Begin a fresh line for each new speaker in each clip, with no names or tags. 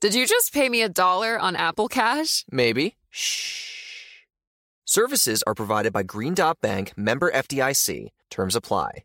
Did you just pay me a dollar on Apple Cash?
Maybe. Shh. Services are provided by Green Dot Bank, member FDIC. Terms apply.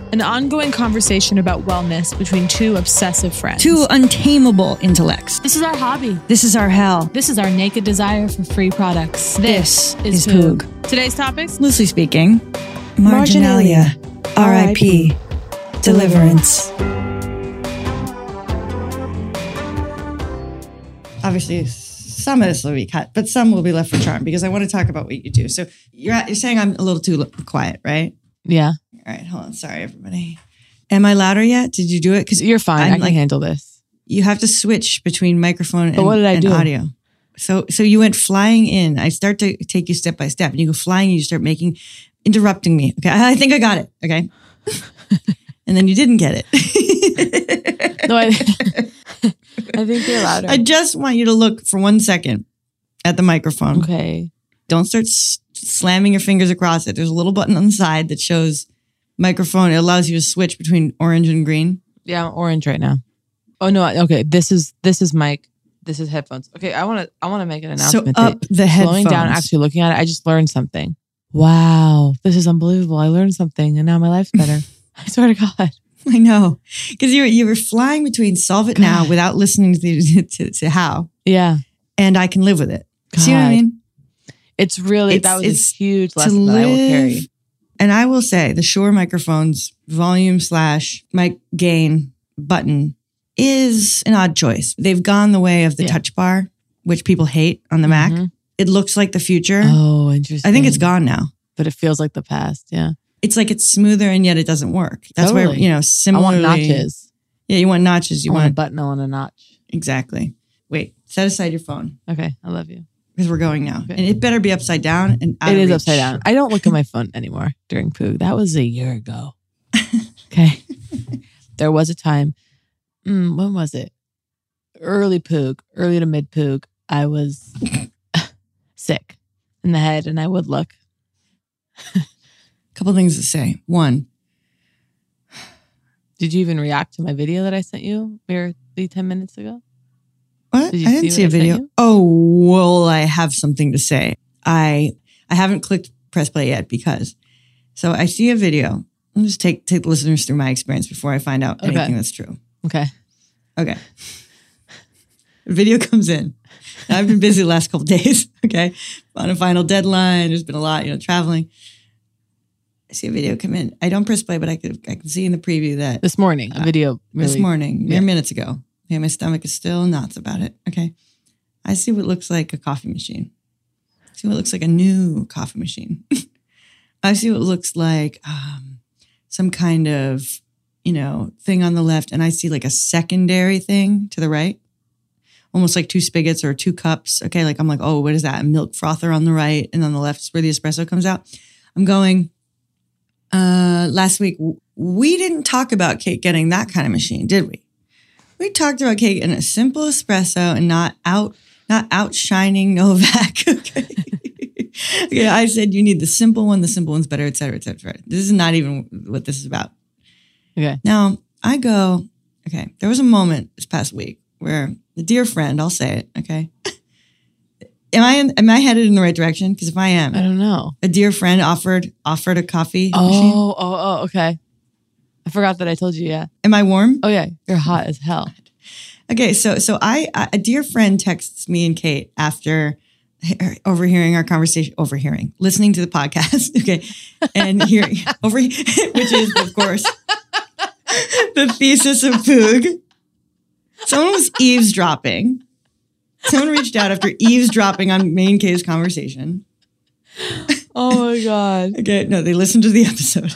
an ongoing conversation about wellness between two obsessive friends.
Two untamable intellects.
This is our hobby.
This is our hell.
This is our naked desire for free products.
This, this is, is Poog. Poog.
Today's topics?
Loosely speaking, marginalia, marginalia. RIP, deliverance. Obviously, some of this will be cut, but some will be left for charm because I want to talk about what you do. So you're, at, you're saying I'm a little too quiet, right?
Yeah.
All right, hold on. Sorry, everybody. Am I louder yet? Did you do it?
Because you're fine. I'm i can like, handle this.
You have to switch between microphone and, but what did I do? audio. So, so you went flying in. I start to take you step by step, and you go flying, and you start making, interrupting me. Okay, I think I got it. Okay, and then you didn't get
it. no, I, I think you're louder.
I just want you to look for one second at the microphone.
Okay.
Don't start s- slamming your fingers across it. There's a little button on the side that shows microphone. It allows you to switch between orange and green.
Yeah, I'm orange right now. Oh no, okay. This is this is mic. This is headphones. Okay, I want to I want to make an announcement.
So up the headphones.
Slowing down, actually looking at it, I just learned something. Wow, this is unbelievable. I learned something, and now my life's better. I swear to God.
I know, because you were, you were flying between solve it God. now without listening to, the, to, to how.
Yeah,
and I can live with it. God. See what I mean?
It's really it's, that was it's, a huge lesson that I will carry.
And I will say the Shure microphone's volume slash mic gain button is an odd choice. They've gone the way of the yeah. touch bar, which people hate on the mm-hmm. Mac. It looks like the future.
Oh, interesting.
I think it's gone now.
But it feels like the past. Yeah.
It's like it's smoother and yet it doesn't work. That's totally. where, you know,
I
similarly.
want notches.
Yeah, you want notches. You
I
want,
want a button. I want a notch.
Exactly. Wait, set aside your phone.
Okay. I love you
because we're going now. Okay. And it better be upside down and
It is reach. upside down. I don't look at my phone anymore during poo. That was a year ago. okay. there was a time. Mm, when was it? Early poog, early to mid poog. I was sick in the head and I would look.
a couple things to say. One,
did you even react to my video that I sent you barely 10 minutes ago?
What? Did I didn't see, see a video. Oh, well, I have something to say. I I haven't clicked press play yet because. So I see a video. I'll just take take listeners through my experience before I find out
Okay.
anything that's true.
Okay.
Okay. A video comes in. Now, I've been busy the last couple days. Okay. On a final deadline. There's been a lot, you know, traveling. I see a video come in. I don't press play, but I could I can see in the preview that
This morning, a video
Uh, this
really-
morning,
Yeah.
mere minutes ago. Okay, my stomach is still knots about it. Okay. I see what looks like a coffee machine. I see what looks like a new coffee machine. I see what looks like um, some kind of, you know, thing on the left, and I see like a secondary thing to the right, almost like two spigots or two cups. Okay, like I'm like, oh, what is that? A milk frother on the right, and on the left is where the espresso comes out. I'm going. Uh, last week w- we didn't talk about Kate getting that kind of machine, did we? We talked about Kate in a simple espresso and not out, not outshining Novak. okay. okay, I said you need the simple one. The simple one's better, et cetera, et cetera. et cetera. This is not even what this is about.
Okay.
Now I go. Okay, there was a moment this past week where a dear friend, I'll say it. Okay. Am I in, am I headed in the right direction? Because if I am, I
don't know.
A dear friend offered offered a coffee. machine.
Oh, oh, oh, okay. I forgot that I told you. Yeah.
Am I warm?
Oh yeah, you're hot as hell.
Okay, so so I I- a dear friend texts me and Kate after he- overhearing our conversation, overhearing, listening to the podcast, okay, and hearing over, which is of course the thesis of Poog. Someone was eavesdropping. Someone reached out after eavesdropping on main K's conversation.
Oh my god.
okay, no, they listened to the episode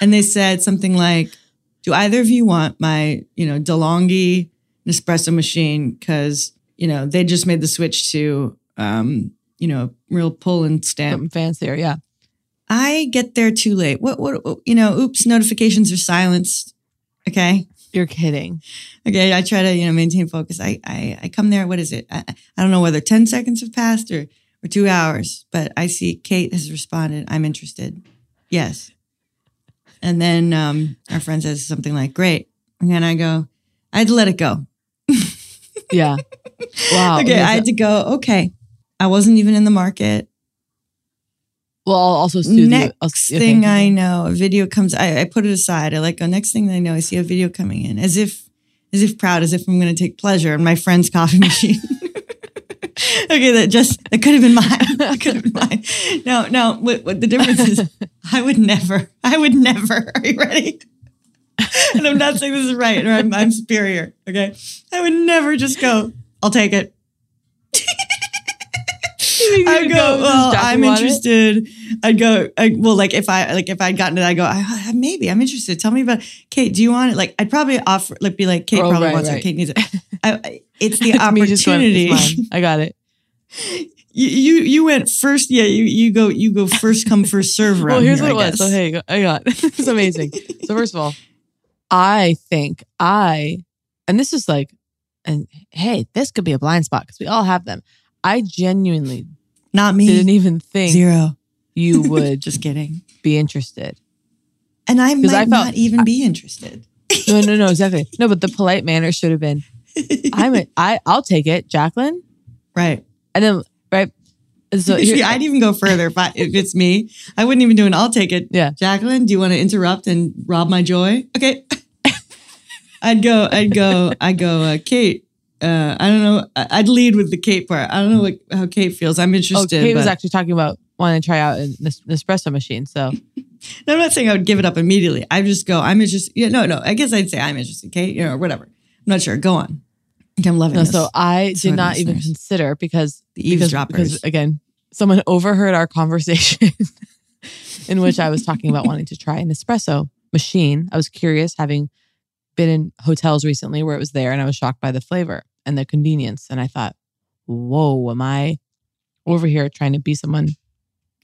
and they said something like, "Do either of you want my, you know, DeLonghi Nespresso machine? Because you know they just made the switch to, um, you know, real pull and stamp,
Something fancier, yeah."
I get there too late. What? What? You know, oops, notifications are silenced. Okay,
you're kidding.
Okay, I try to you know maintain focus. I I, I come there. What is it? I, I don't know whether ten seconds have passed or or two hours, but I see Kate has responded. I'm interested. Yes. And then um, our friend says something like, "Great," and then I go, "I had to let it go."
yeah. Wow.
Okay, I had to go. Okay, I wasn't even in the market.
Well, I'll also soothe you.
next
I'll- okay.
thing I know, a video comes. I, I put it aside. I let go. Next thing I know, I see a video coming in, as if, as if proud, as if I'm going to take pleasure in my friend's coffee machine. okay, that just that could have been mine. That could have been mine. No, no. What, what the difference is? I would never. I would never. Are you ready? and I'm not saying this is right or I'm, I'm superior. Okay, I would never just go. I'll take it. I go.
go,
Well,
"Just
I'm
Jackie want it?"
interested. I'd go. I, well, like if I like if I'd gotten it, I go. I, I- maybe I'm interested. Tell me about Kate. Do you want it? Like I'd probably offer. Like be like Kate
Oh,
probably
right,
wants it.
right.
Kate needs it. I, I- it's the
It's me
opportunity.
just going, "It's mine. I got it.
You, you you went first. Yeah, you you go you go first come first serve.
Well,
around
here's
here,
what
I
it was. So
guess.
here you go. I got it's amazing. so first of all, I think I, and this is like, and hey, this could be a blind spot because we all have them. I genuinely
not me
didn't even think
Zero.
You would
just kidding
be interested,
and I
'Cause
might
I felt-
not even be interested.
no, no, no, exactly. No, but the polite manner should have been, I'm a, I, I'll take it, Jacqueline.
Right.
And then right. And So
See,
here-
I'd even go further if, I, if it's me. I wouldn't even do an I'll take it.
Yeah.
Jacqueline, do you want to interrupt and rob my joy? Okay. I'd go, I'd go, I'd go, uh, Kate. Uh, I don't know. I- I'd lead with the Kate part. I don't know what, how Kate feels. I'm
oh,
interested.
Kate was
but-
actually talking about wanting to try out an es- Nespresso machine. So
Mm. No, I'm not saying I would give it up immediately. I just go, I'm interested. Yeah, no, no. I guess I'd say I'm interested, Kate, you know, whatever. I'm not sure. Go on. Okay, I'm loving
No,
this.
so I
Sorry,
did not even
listeners.
consider because
The
because- Because,
eavesdroppers.
again, someone overheard our conversation in which I was talking about wanting to try an espresso machine. I was curious, having been in hotels recently where it was there, and I was shocked by the flavor and the convenience. And I thought, whoa, am I over here trying to be someone?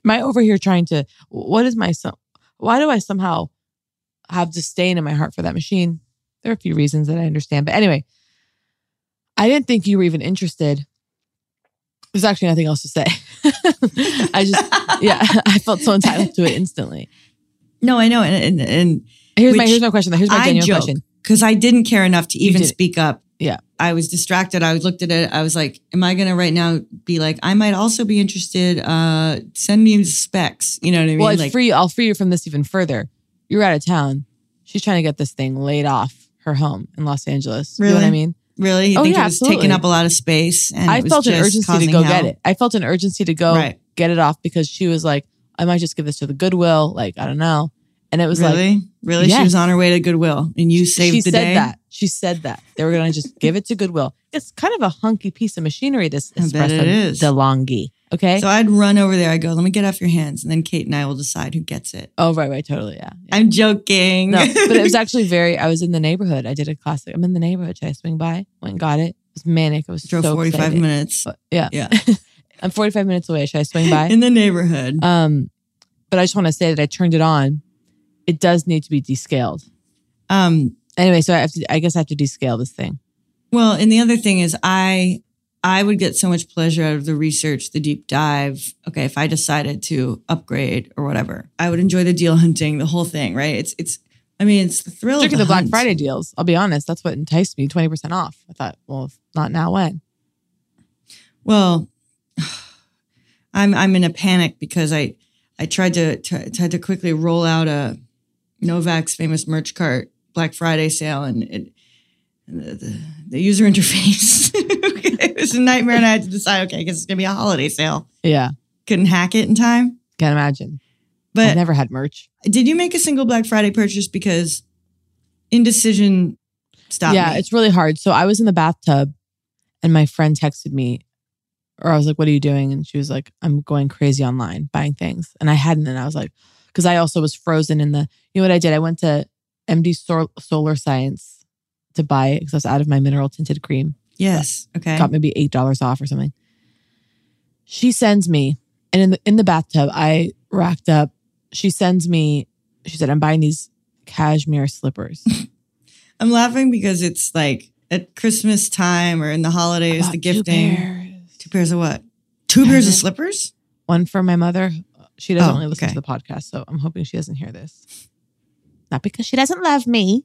Am I over here trying to? What is my so- Why do I somehow have disdain in my heart for that machine? There are a few reasons that I understand, but anyway. I didn't think you were even interested. There's actually nothing else to say. I just, yeah, I felt so entitled to it instantly.
No, I know. And, and, and
Here's my- here's my question, though. Here's my genuine question.
Because I didn't care enough to even
didn't.
speak up.
Yeah.
I was distracted. I looked at it. I was like, am I going to right now be like, I might also be interested. Uh, send me specs. You know what I mean?
Well, I
like,
free, I'll free you from this even further. You're out of town. She's trying to get this thing laid off her home in Los Angeles. You know what I
Really?
mean?
Really? You
oh,
think
yeah,
it was
absolutely.
taking up a lot of space? And
I
it was
felt an
just
urgency to
causing
go
hell?
get it. I felt an urgency to go
Right.
get it off because she was like, I might just give this to the Goodwill. Like, I don't know. And it was
really,
like,
really, she was on her way to Goodwill, and you saved
she
the
said
day.
that. She said that. They were going to just give it to Goodwill. It's kind of a hunky piece of machinery, this
I bet
espresso
it is.
DeLonghi. Okay.
So I'd run over there. I go, let me get off your hands, and then Kate and I will decide who gets it.
Oh, right, right, totally, yeah.
I'm joking.
No, but it was actually very. I was in the neighborhood. I did a classic. I'm in the neighborhood. Should I swing by? Went and got it. It was manic. It was
Drove
so
45
exciting.
minutes.
But- yeah,
Yeah.
I'm 45 minutes away. Should I swing by?
in the neighborhood.
um, but I just want to say that I turned it on. It does need to be descaled.
Um.
Anyway, so I have to. I guess I have to descale this thing.
Well, and the other thing is, I I would get so much pleasure out of the research, the deep dive. Okay, if I decided to upgrade or whatever, I would enjoy the deal hunting, the whole thing, right? It's it's. I mean, it's the thrill
Particularly
of the,
the Black
hunt.
Friday deals. I'll be honest. That's what enticed me. 20% off. I thought, well, if not now, when?
Well, I'm I'm in a panic because I I tried to t- tried to quickly roll out a Novak's famous merch cart Black Friday sale and it and the, the, the user interface it was a nightmare and I had to decide okay I guess it's gonna be a holiday sale
Yeah.
couldn't hack it in time
Can't imagine.
but
I've never had merch.
did you make a single Black Friday purchase because indecision stopped
yeah,
me.
it's really hard. So I was in the bathtub and my friend texted me, or I was like, What are you doing? And she was like, I'm going crazy online buying things. And I hadn't. And I was like, Because I also was frozen in the, you know what I did? I went to MD Sol- Solar Science to buy it because I was out of my mineral tinted cream.
yes okay
Got maybe $8 off or something. She sends me, and in the, in the bathtub, I racked up. She sends me, she said, I'm buying these cashmere slippers.
I'm laughing because it's like at Christmas time or in the holidays,
bought
the
two
gifting. Two
pairs.
pairs, of what? Two pairs of
Mhm.
slippers?
One for my mother. She doesn't
Oh,
really listen
okay.
to the podcast, so I'm hoping she doesn't hear this. Not because she doesn't love me,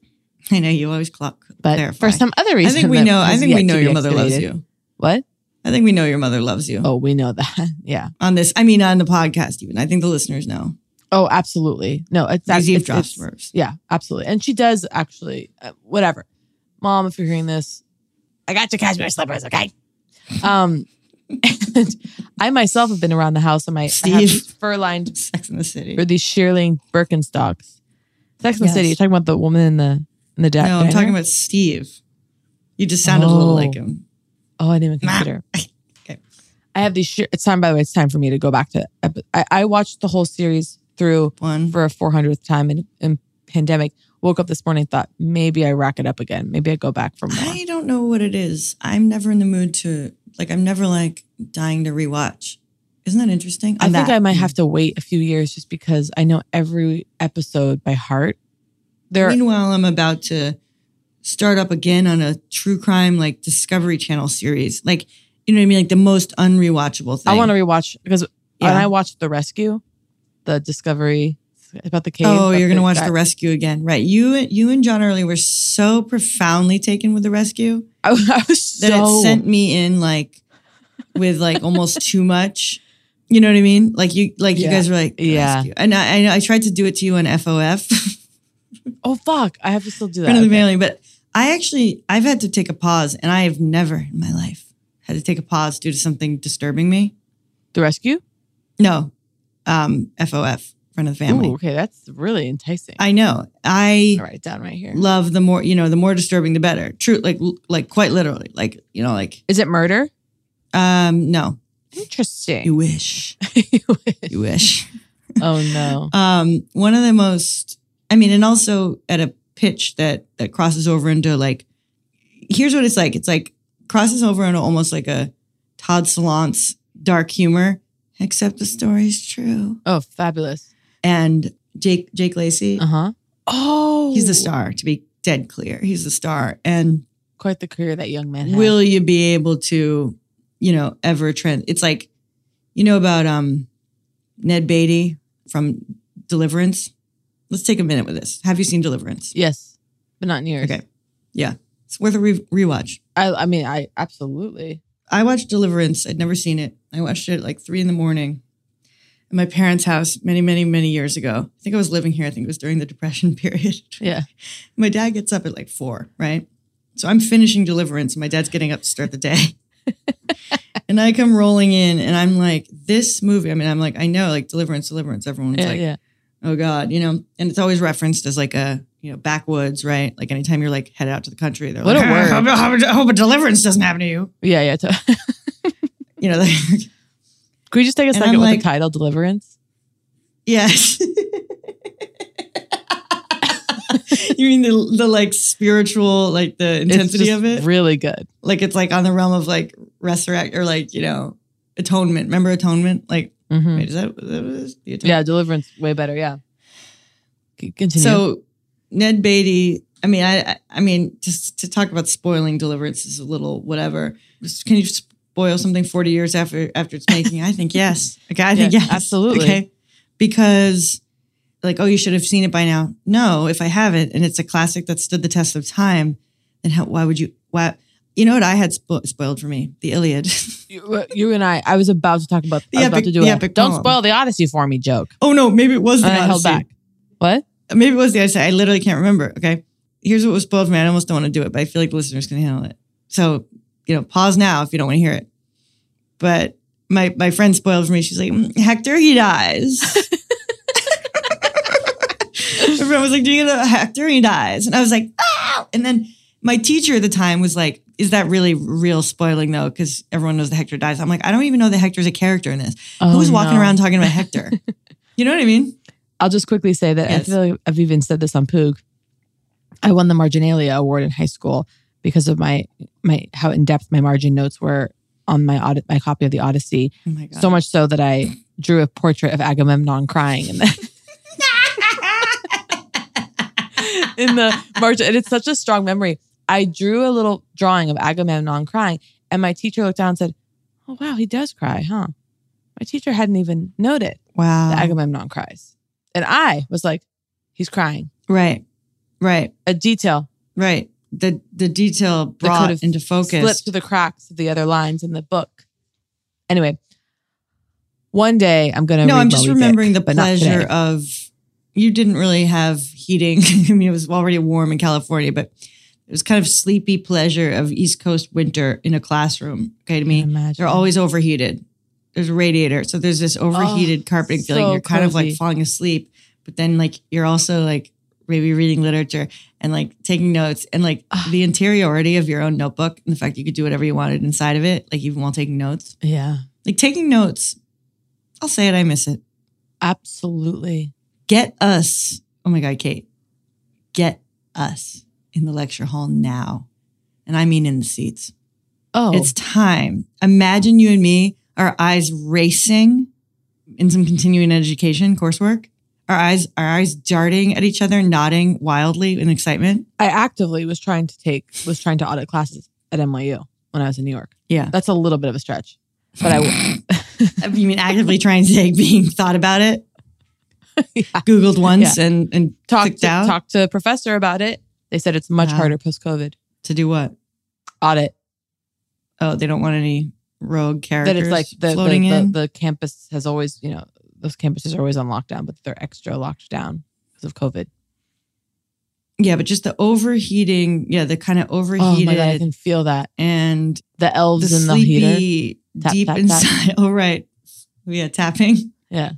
I know you always clock.
but
clarify.
for some other reason.
I think we
that
know. I
has
think we
yet to
know
be
your mother loves
excavated.
you.
What?
I think we know your mother loves you.
Oh, we know that. yeah.
On this, I mean, on the podcast, even I think the listeners know.
Oh, absolutely. No, it's that's
These
it's,
eavesdrop
it's-
smurfs.
Yeah, absolutely. And she does actually. Uh, whatever, mom, if you're hearing this, I got your cashmere slippers. Okay. Um, and I myself have been around the house, and my I have
Steve.
these fur-lined
Sex in the City.
or these shearling Birkenstocks. Sex and the
Yes.
City. You're talking about the woman in the in the diner.
no, I'm talking about Steve. You just sounded a
Oh.
little like him.
Oh, I didn't even consider.
Okay.
I have these. Sheer, it's time. By the way, it's time for me to go back to. epi- I, I watched the whole series through
One.
for a 400th time in, in pandemic. Woke up this morning, thought maybe I rack it up again. Maybe I go back for more.
I don't know what it is. I'm never in the mood to like. I'm never like dying to rewatch. Isn't that interesting?
I
On
think
that. Mm.
I might have to wait a few years just because I know every episode by heart. There,
Meanwhile, I'm about to start up again on a true crime like Discovery Channel series. Like, you know what I mean? Like the most unrewatchable thing.
I want to rewatch because when
Yeah.
I watched The Rescue, the Discovery about the cave.
Oh,
about
you're gonna watch
guy-
the rescue again, right? You, you and John Early were so profoundly taken with the rescue
I, I was so
that it sent me in like with like almost too much. You know what I mean? Like you, like
Yeah.
you guys were like, the
Yeah.
rescue. And I, and I tried to do it to you on FOF.
Oh fuck! I have to still do that.
Friend of the
Okay.
family. But I actually, I've had to take a pause, and I have never in my life had to take a pause due to something disturbing me.
The rescue.
No, um, FOF, friend of the family.
Ooh, okay, that's really enticing.
I know. I
I'll write it down right here.
love the more, you know, the more disturbing, the better. True, like, like quite literally, like, you know, like,
Is it murder?
um, no, you
Interesting.
wish, you wish.
oh no.
Um, one of the most, I mean, and also at a pitch that that crosses over into like, here's what it's like. It's like crosses over into almost like a Todd Solondz dark humor, except the story's true.
Oh, fabulous.
And Jake Jake Lacey,
Uh huh. Oh,
he's the star. To be dead clear, he's the star. And
Quite the career that young man had.
will you be able to, you know, ever trend? It's like, you know about um, Ned Beatty from Deliverance. Let's take a minute with this. Have you seen Deliverance?
yes, but not near.
Okay. Yeah. It's worth a re- rewatch.
I, I mean, I absolutely.
I watched Deliverance. I'd never seen it. I watched it at like three in the morning at my parents' house many, many, many years ago. I think I was living here. I think it was during the Depression period.
Yeah.
my dad gets up at like four, right? So I'm finishing Deliverance. and My dad's getting up to start the day. and I come rolling in and I'm like, this movie, I mean, I'm like, I know, like Deliverance, Deliverance. Everyone's
Yeah,
like,
yeah.
oh God, you know, and it's always referenced as like a, you know, backwoods, right? Like anytime you're like head out to the country, they're
What a
like, "Ah,
word.
I hope, I hope- I hope a deliverance doesn't happen to you.
Yeah, yeah. to-
You know, like,
Could we just take a
And
second
I'm
with
like-
the title Deliverance?
Yes. you mean the the like spiritual, like the intensity
just
of it?
Really good.
Like it's like on the realm of like resurrect or like, you know, atonement. Remember atonement? Like
Mhm.
wait, is that, that was the atonement?
Yeah, Deliverance way better. Yeah. C- Continue.
So Ned Beatty, I mean, I, I- I mean, just to talk about spoiling Deliverance is a little whatever. Just- Can you spoil something forty years after after its making? I think yes. Okay, I think
Yeah,
yes,
absolutely.
Okay, because like, oh, you should have seen it by now. No, if I haven't, and it's a classic that stood the test of time, then how, why would you? Why? You know what I had spo- spoiled for me? The Iliad.
you, uh, you and I, I was about to talk about.
The
I was
epic-
about to do
the
a
epic
don't
poem.
spoil the Odyssey for me joke.
oh no, maybe it was the
and I held
Odyssey.
back. What?
Maybe it was the Odyssey. I literally can't remember. Okay. Here's what was spoiled for me. I almost don't want to do it, but I feel like the listeners can handle it. So, you know, pause now if you don't want to hear it. But my my friend spoiled for me. She's like, "Mm, Hector, he dies. my friend was like, Do you know Hector? He dies. And I was like, ah! And then my teacher at the time was like, Is that really real spoiling though? Because everyone knows that Hector dies. I'm like, I don't even know that Hector's a character in this.
Oh,
Who's walking
no.
around talking about Hector? you know what I mean?
I'll just quickly say that I
Yes.
feel like I've even said this on Poog. I won the Marginalia Award in high school because of my my how in depth my margin notes were on my audit my copy of the Odyssey.
Oh my God.
So much so that I drew a portrait of Agamemnon crying in the in the margin, and it's such a strong memory. I drew a little drawing of Agamemnon crying, and my teacher looked down and said, "Oh wow, he does cry, huh?" My teacher hadn't even noted
Wow.
that Agamemnon cries, and I was like, "He's crying."
Right. Right.
A detail
Right. The the detail
that could
brought
have
into focus.
slipped through the cracks of the other lines in the book. Anyway, one day I'm gonna.
No,
read
I'm just
Moby Dick,
remembering the
but not today.
pleasure of you didn't really have heating. I mean, it was already warm in California, but it was kind of sleepy pleasure of East Coast winter in a classroom. Okay, to me,
imagine.
they're always overheated. There's a radiator, so there's this overheated
Oh,
carpeting feeling.
so
You're kind of like
cozy.
falling asleep, but then like you're also like maybe reading literature and like taking
Oh.
notes and like
Ah.
the interiority of your own notebook and the fact you could do whatever you wanted inside of it, like even while taking notes.
Yeah,
Like taking notes, I'll say it, I miss it
absolutely.
get us. Oh my God, Kate, get us in the lecture hall now. And I mean in the seats.
Oh,
It's time. Imagine you and me, our eyes racing in some continuing education coursework. Our eyes, our eyes darting at each other, nodding wildly in excitement.
I actively was trying to take was trying to audit classes at NYU when I was in New York.
Yeah.
That's a little bit of a stretch, but I
You mean actively trying to take being thought about it? Googled once and, and
talked
clicked
to,
out
talked to a professor about it. They said it's much
Oh. Wow.
harder post COVID
to do what?
audit.
Oh, they don't want any rogue characters
That it's like the the,
floating
the
in.
the campus has always you know those campuses are always on lockdown, but they're extra locked down because of COVID.
Yeah, but just the overheating, yeah, the kind of
Oh
overheated
my god, I can feel that
and
the
the
elves in the heater.
sleepy
Tap,
deep
tap, tap.
inside. Oh right, yeah, tapping.
Yeah.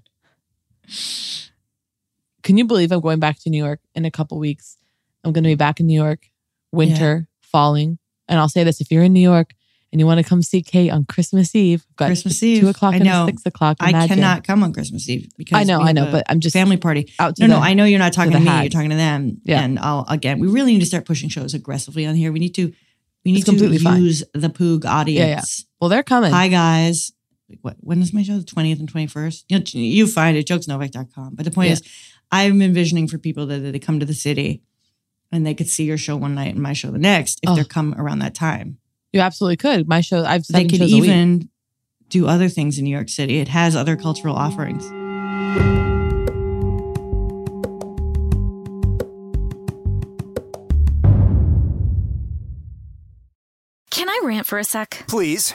Can you believe I'm going back to New York in a couple weeks? I'm going to be back in New York, winter, falling. And I'll say this if you're in New York and you want to come see Kate on Christmas Eve, I've got
Christmas
two
Eve.
o'clock
I
and
know.
six o'clock.
I
imagine.
cannot come on Christmas Eve because
I know,
we
I know,
have a
but I'm just
family party.
out to
No,
the,
no, I know you're not talking
the
to me. You're
hags.
talking to them.
Yeah.
and I'll again. We really need to start pushing shows aggressively on here. We need to. We need
It's completely
to
fine.
use the Poog audience.
Well, they're coming.
Hi guys. Like, What, when is my show? The 20th and 21st? You, know, you find it, jokesnovak.com. But the point
Yeah.
is, I'm envisioning for people that, that they come to the city and they could see your show one night and my show the next if
Oh.
they're come around that time.
You absolutely could. My show, I've
They
seven
could
shows a week.
even do other things in New York City. It has other cultural offerings.
I rant for a sec?
Please.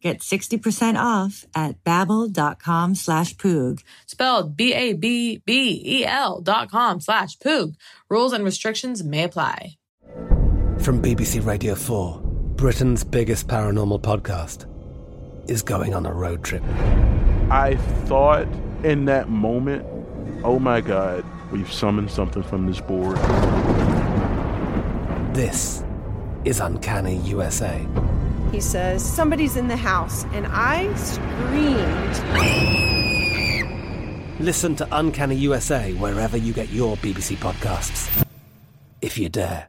Get 60% off at babbel.com slash poog.
Spelled B-A-B-B-E-L E dot com slash poog. Rules and restrictions may apply.
From BBC Radio 4, Britain's biggest paranormal podcast is going on a road trip.
I thought in that moment, oh my God, we've summoned something from this board.
This is Uncanny USA.
He says, Somebody's in the house. And I screamed.
Listen to Uncanny USA wherever you get your BBC podcasts, if you dare.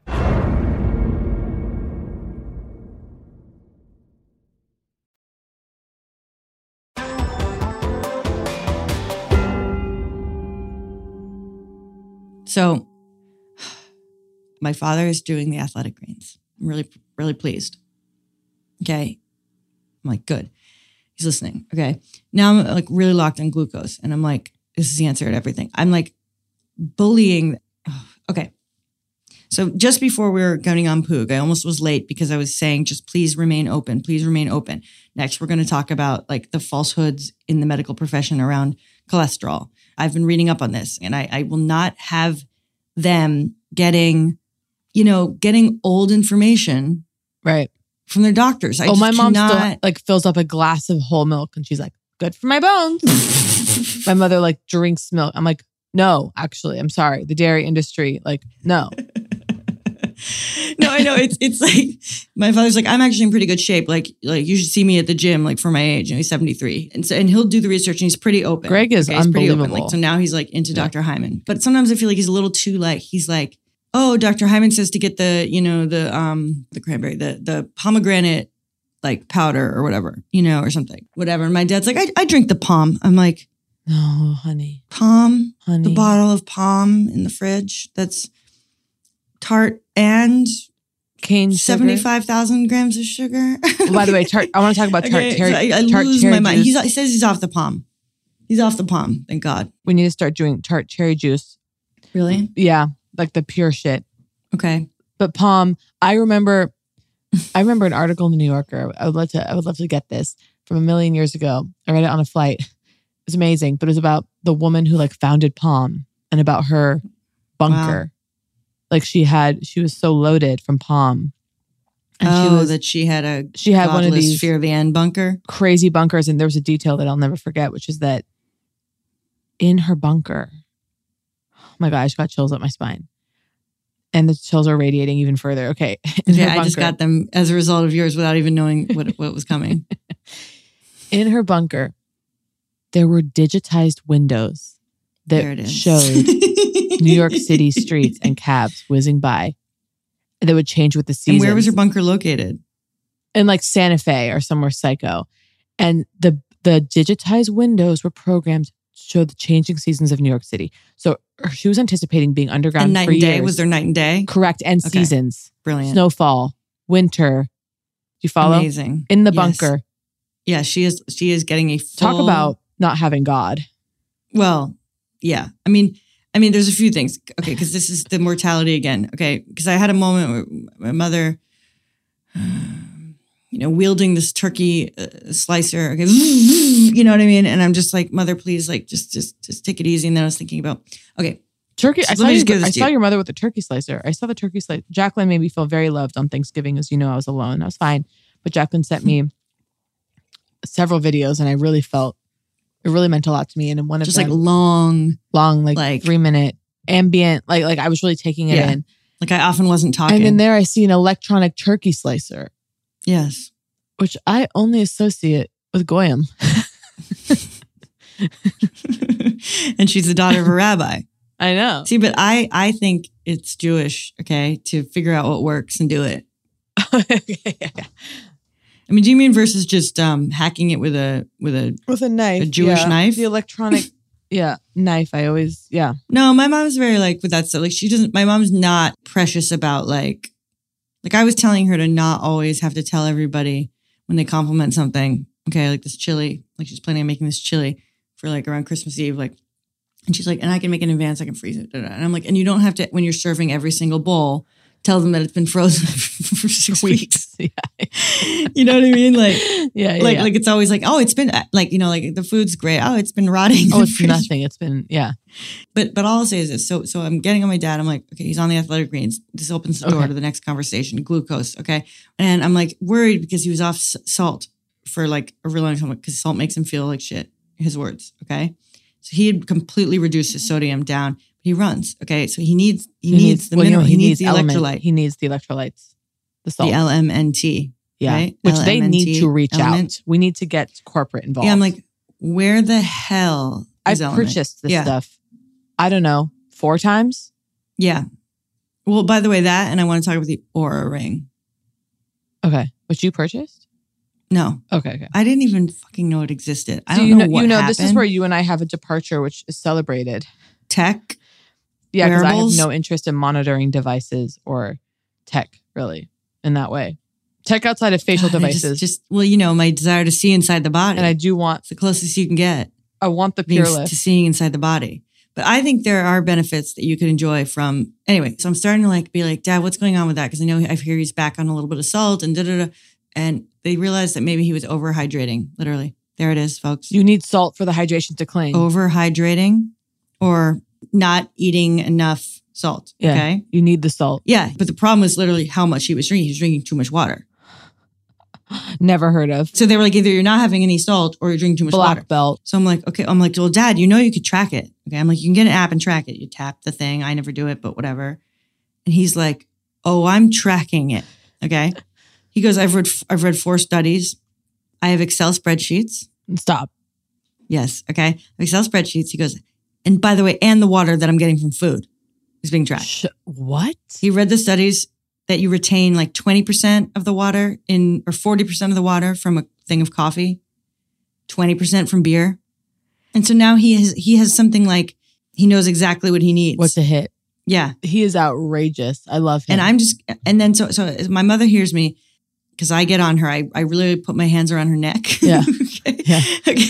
So, my father is doing the athletic greens. I'm really, really pleased. Okay. I'm like, good. He's listening. Okay. Now I'm like really locked on glucose. And I'm like, this is the answer to everything. I'm like bullying. Oh, okay. So just before we were going on Poog, I almost was late because I was saying, just please remain open. Please remain open. Next, we're going to talk about like the falsehoods in the medical profession around cholesterol. I've been reading up on this and I, I will not have them getting, you know, getting old information.
Right
from their doctors. I
oh, my mom
cannot...
still like fills up a glass of whole milk and she's like, "Good for my bones." my mother like drinks milk. I'm like, "No, actually, I'm sorry. The dairy industry, like, no."
no, I know it's it's like my father's like, "I'm actually in pretty good shape. Like, like you should see me at the gym. Like for my age, and he's 73, and so and he'll do the research and he's pretty open.
Greg is okay, unbelievable.
Like, so now he's like into yeah. Dr. Hyman, but sometimes I feel like he's a little too like he's like oh, Dr. Hyman says to get the, you know, the um the cranberry, the the pomegranate like powder or whatever, you know, or something. Whatever. And my dad's like, I, I drink the palm. I'm like,
No, honey.
Palm,
honey.
The bottle of palm in the fridge that's tart and
cane Oh,
75,000 grams of sugar.
By the way, tart, I want to talk about tart okay,
terry. So I, I
tart
lose my mind. he says he's off the palm. He's off the palm, thank God.
We need to start doing tart cherry juice.
Really?
Yeah like the pure shit.
Okay.
But palm, I remember I remember an article in the New Yorker. I would love to I would love to get this from a million years ago. I read it on a flight. It was amazing, but it was about the woman who like founded Palm and about her bunker. Wow. Like she had she was so loaded from Palm And
oh, that she had a
she had one of
godless
these
fear of the end bunker,
crazy bunkers, and there was a detail that I'll never forget, which is that in her bunker, oh my god, I just got chills up my spine, and the chills are radiating even further. Okay, in
Yeah,
her
I just
bunker-
got them as a result of yours without even knowing what what was coming.
in her bunker. There were digitized windows
There it
that
is.
showed New York City streets and cabs whizzing by that would change with the season.
and where was your bunker located?
in like Santa Fe or somewhere psycho. And the the digitized windows were programmed to show the changing seasons of New York City. So er, she was anticipating being underground
and night
for
and day
years.
was there night and day?
correct and
Okay.
seasons.
Brilliant.
Snowfall, winter. Do you follow?
Amazing.
In the
Yes.
bunker.
Yeah, she is. She is getting a full,
Talk about not having God.
Well, yeah. I mean, I mean, there's a few things. Okay, because this is the mortality again. Okay, because I had a moment where my mother, you know, wielding this turkey uh, slicer. Okay, you know what I mean. And I'm just like, mother, please, like, just, just, just take it easy. And then I was thinking about, okay,
Turkey.
so
I
let
saw,
me
you,
just give
I
this to
saw
you.
your mother with a turkey slicer. I saw the turkey slicer. Jacqueline made me feel very loved on Thanksgiving, as you know, I was alone. I was fine, but Jacqueline sent me several videos, and I really felt it really meant a lot to me. And in one of
just
them,
like long,
long, like,
like-
three minute ambient, like like I was really taking it
Yeah.
in.
like I often wasn't talking.
And then there, I see an electronic turkey slicer,
yes,
which I only associate with goyim.
and she's the daughter of a rabbi.
I know.
See, but I I think it's Jewish, okay, to figure out what works and do it. I mean, do you mean versus just um hacking it with a with a
with a knife,
A Jewish
yeah.
knife?
the electronic, yeah, knife. I always, yeah,
No, my mom's very like with that stuff. Like she doesn't my mom's not precious about like like I was telling her to not always have to tell everybody when they compliment something. Okay, like this chili, like she's planning on making this chili for like around Christmas Eve, like and she's like, and I can make it in advance, I can freeze it. da, da, da. And I'm like, and you don't have to when you're serving every single bowl, tell them that it's been frozen for six weeks. you know what I mean? Like
yeah, yeah,
like
yeah.
like it's always like, oh, it's been like, you know, like the food's great. Oh, it's been rotting. in
oh,
the
it's
fridge.
nothing. It's been yeah.
But but all I'll say is this. So so I'm getting on my dad. I'm like, okay, he's on the athletic greens. This opens the door
Okay.
to the next conversation, glucose. Okay. And I'm like worried because he was off s- salt for like a really long time because salt makes him feel like shit. His words. Okay. So he had completely reduced his sodium down. He runs. Okay. So he needs he, needs, the
well, you know,
mineral. he, needs, the
element.
electrolyte.
He needs the electrolytes, the
the
salt,
LMNT.
yeah,
right?
which they need
LMNT
to reach
element.
out. We need to get corporate involved.
Yeah. I'm like, where the hell?
I've
is element?
purchased this
Yeah.
stuff. I don't know, four times.
Yeah. Well, by the way, that and I want to talk about the aura ring.
Okay, which you purchased?
No,
Okay, okay.
I didn't even fucking know it existed. I
Do
don't
you
know, what
you know,
happened.
this is where you and I have a departure, which is celebrated.
tech.
Yeah, because I have
Wearables?
no interest in monitoring devices or tech really in that way. Tech outside of facial
God, I
devices,
Just, just well, you know, my desire to see inside the body.
and I do want
it's the closest you can get
I want the
being,
pure
to
lift.
seeing inside the body. But I think there are benefits that you could enjoy from anyway. So I'm starting to like be like, Dad, what's going on with that? Because I know I hear he's back on a little bit of salt and da da da. And they realized that maybe he was overhydrating. Literally, there it is, folks.
You need salt for the hydration to cling.
Overhydrating or not eating enough salt.
yeah,
Okay.
you need the salt.
Yeah, but the problem was literally how much he was drinking. He was drinking too much water.
Never heard of
So they were like, either you're not having any salt or you're drinking too much
black
water.
belt.
So I'm like, okay, I'm like, well, dad, you know you could track it. Okay. I'm like, you can get an app and track it. You tap the thing. I never do it, but whatever. And he's like, oh, I'm tracking it. Okay. He goes, I've read I've read four studies. I have Excel spreadsheets.
Stop.
Yes. Okay. Excel spreadsheets. He goes, and by the way, and the water that I'm getting from food is being tracked.
Sh- what?
He read the studies that you retain like 20% of the water in or 40% of the water from a thing of coffee, 20% from beer. And so now he has he has something like he knows exactly what he needs.
What's a hit?
yeah.
He is outrageous. I love him.
And I'm just and then so so as my mother hears me because I get on her. I, I really put my hands around her neck.
Yeah.
okay.
Yeah.
Okay.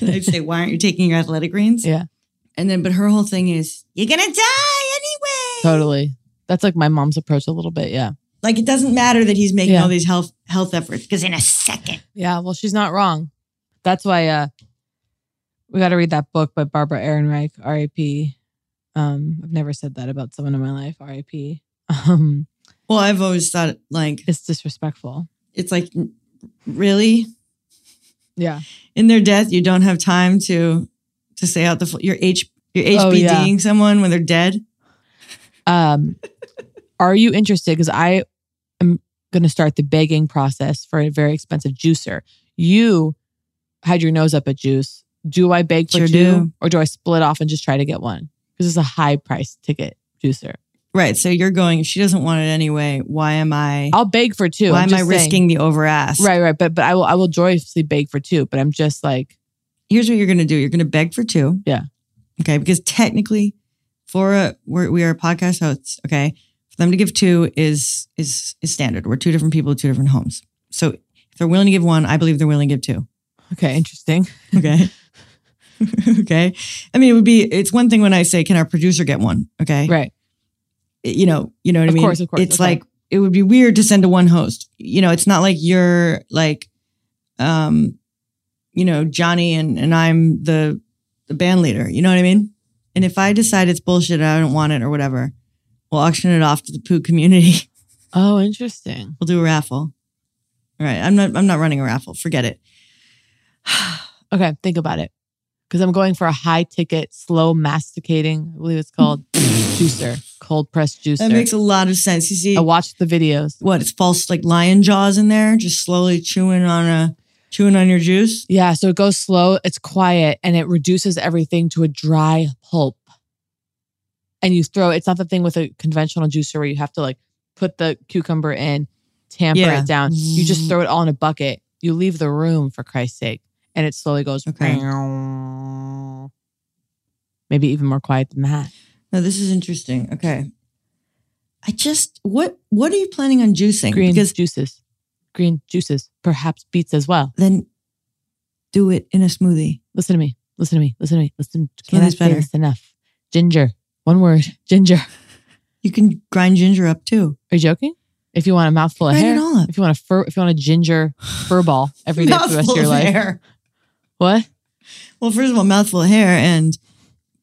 And I say, why aren't you taking your athletic greens?
Yeah.
And then but her whole thing is, you're gonna die anyway.
totally. That's like my mom's approach a little bit. Yeah.
Like it doesn't matter that he's making
Yeah.
all these health health efforts because in a second.
Yeah. Well, she's not wrong. That's why uh we got to read that book by Barbara Ehrenreich, R.A.P. Um, I've never said that about someone in my life, R.A.P. Um,
Well, I've always thought like
it's disrespectful.
It's like really
Yeah.
in their death, you don't have time to to say out the full, you're H you're HBDing
Oh, yeah.
someone when they're dead.
Um, are you interested? Because I am going to start the begging process for a very expensive juicer. You had your nose up at juice. Do I beg for
Sure
two,
do.
or do I split off and just try to get one? Because it's a high price ticket juicer.
Right. So you're going. If she doesn't want it anyway, why am I?
I'll beg for two.
Why
I'm
am I
just
risking
saying.
the over ass?
Right, right. But but I will I will joyously beg for two. But I'm just like
Here's what you're going to do. You're going to beg for two.
Yeah.
Okay. Because technically, for a we're, we are podcast hosts. Okay. For them to give two is is is standard. We're two different people, two different homes. So if they're willing to give one, I believe they're willing to give two.
okay, interesting.
Okay. okay. I mean, it would be, it's one thing when I say, can our producer get one? Okay.
Right.
You know, you know what
Of
I mean?
course, of course.
It's
Okay.
like, it would be weird to send to one host. You know, it's not like you're like, um, you know, Johnny and, and I'm the, the band leader. You know what I mean? And if I decide it's bullshit, I don't want it or whatever, we'll auction it off to the poo community.
Oh, interesting.
We'll do a raffle. All right. I'm not, I'm not running a raffle. Forget it.
Okay, think about it. Because I'm going for a high ticket, slow masticating. I believe it's called juicer, cold pressed juicer.
That makes a lot of sense. You see,
I watched the videos.
what it's false like lion jaws in there just slowly chewing on a chewing on your juice
Yeah, so it goes slow, it's quiet, and it reduces everything to a dry pulp. And you throw it's not the thing with a conventional juicer where you have to like put the cucumber in, tamper
Yeah.
it down. You just throw it all in a bucket. You leave the room for Christ's sake, and it slowly goes.
Okay.
Maybe even more quiet than that.
no this is interesting okay i just what what are you planning on juicing
Green
because
juices, green juices, perhaps beets as well.
then do it in a smoothie
Listen to me. Listen to me. Listen to me. Listen.
Okay,
Can I
that's
say
better.
this enough? Ginger. One word. Ginger.
you can grind ginger up too
Are you joking? If you want a mouthful of
Grind it
hair,
all up.
if you want a fur, if you want a ginger fur ball every day for the rest of your life,
hair
what?
well first of all mouthful of hair and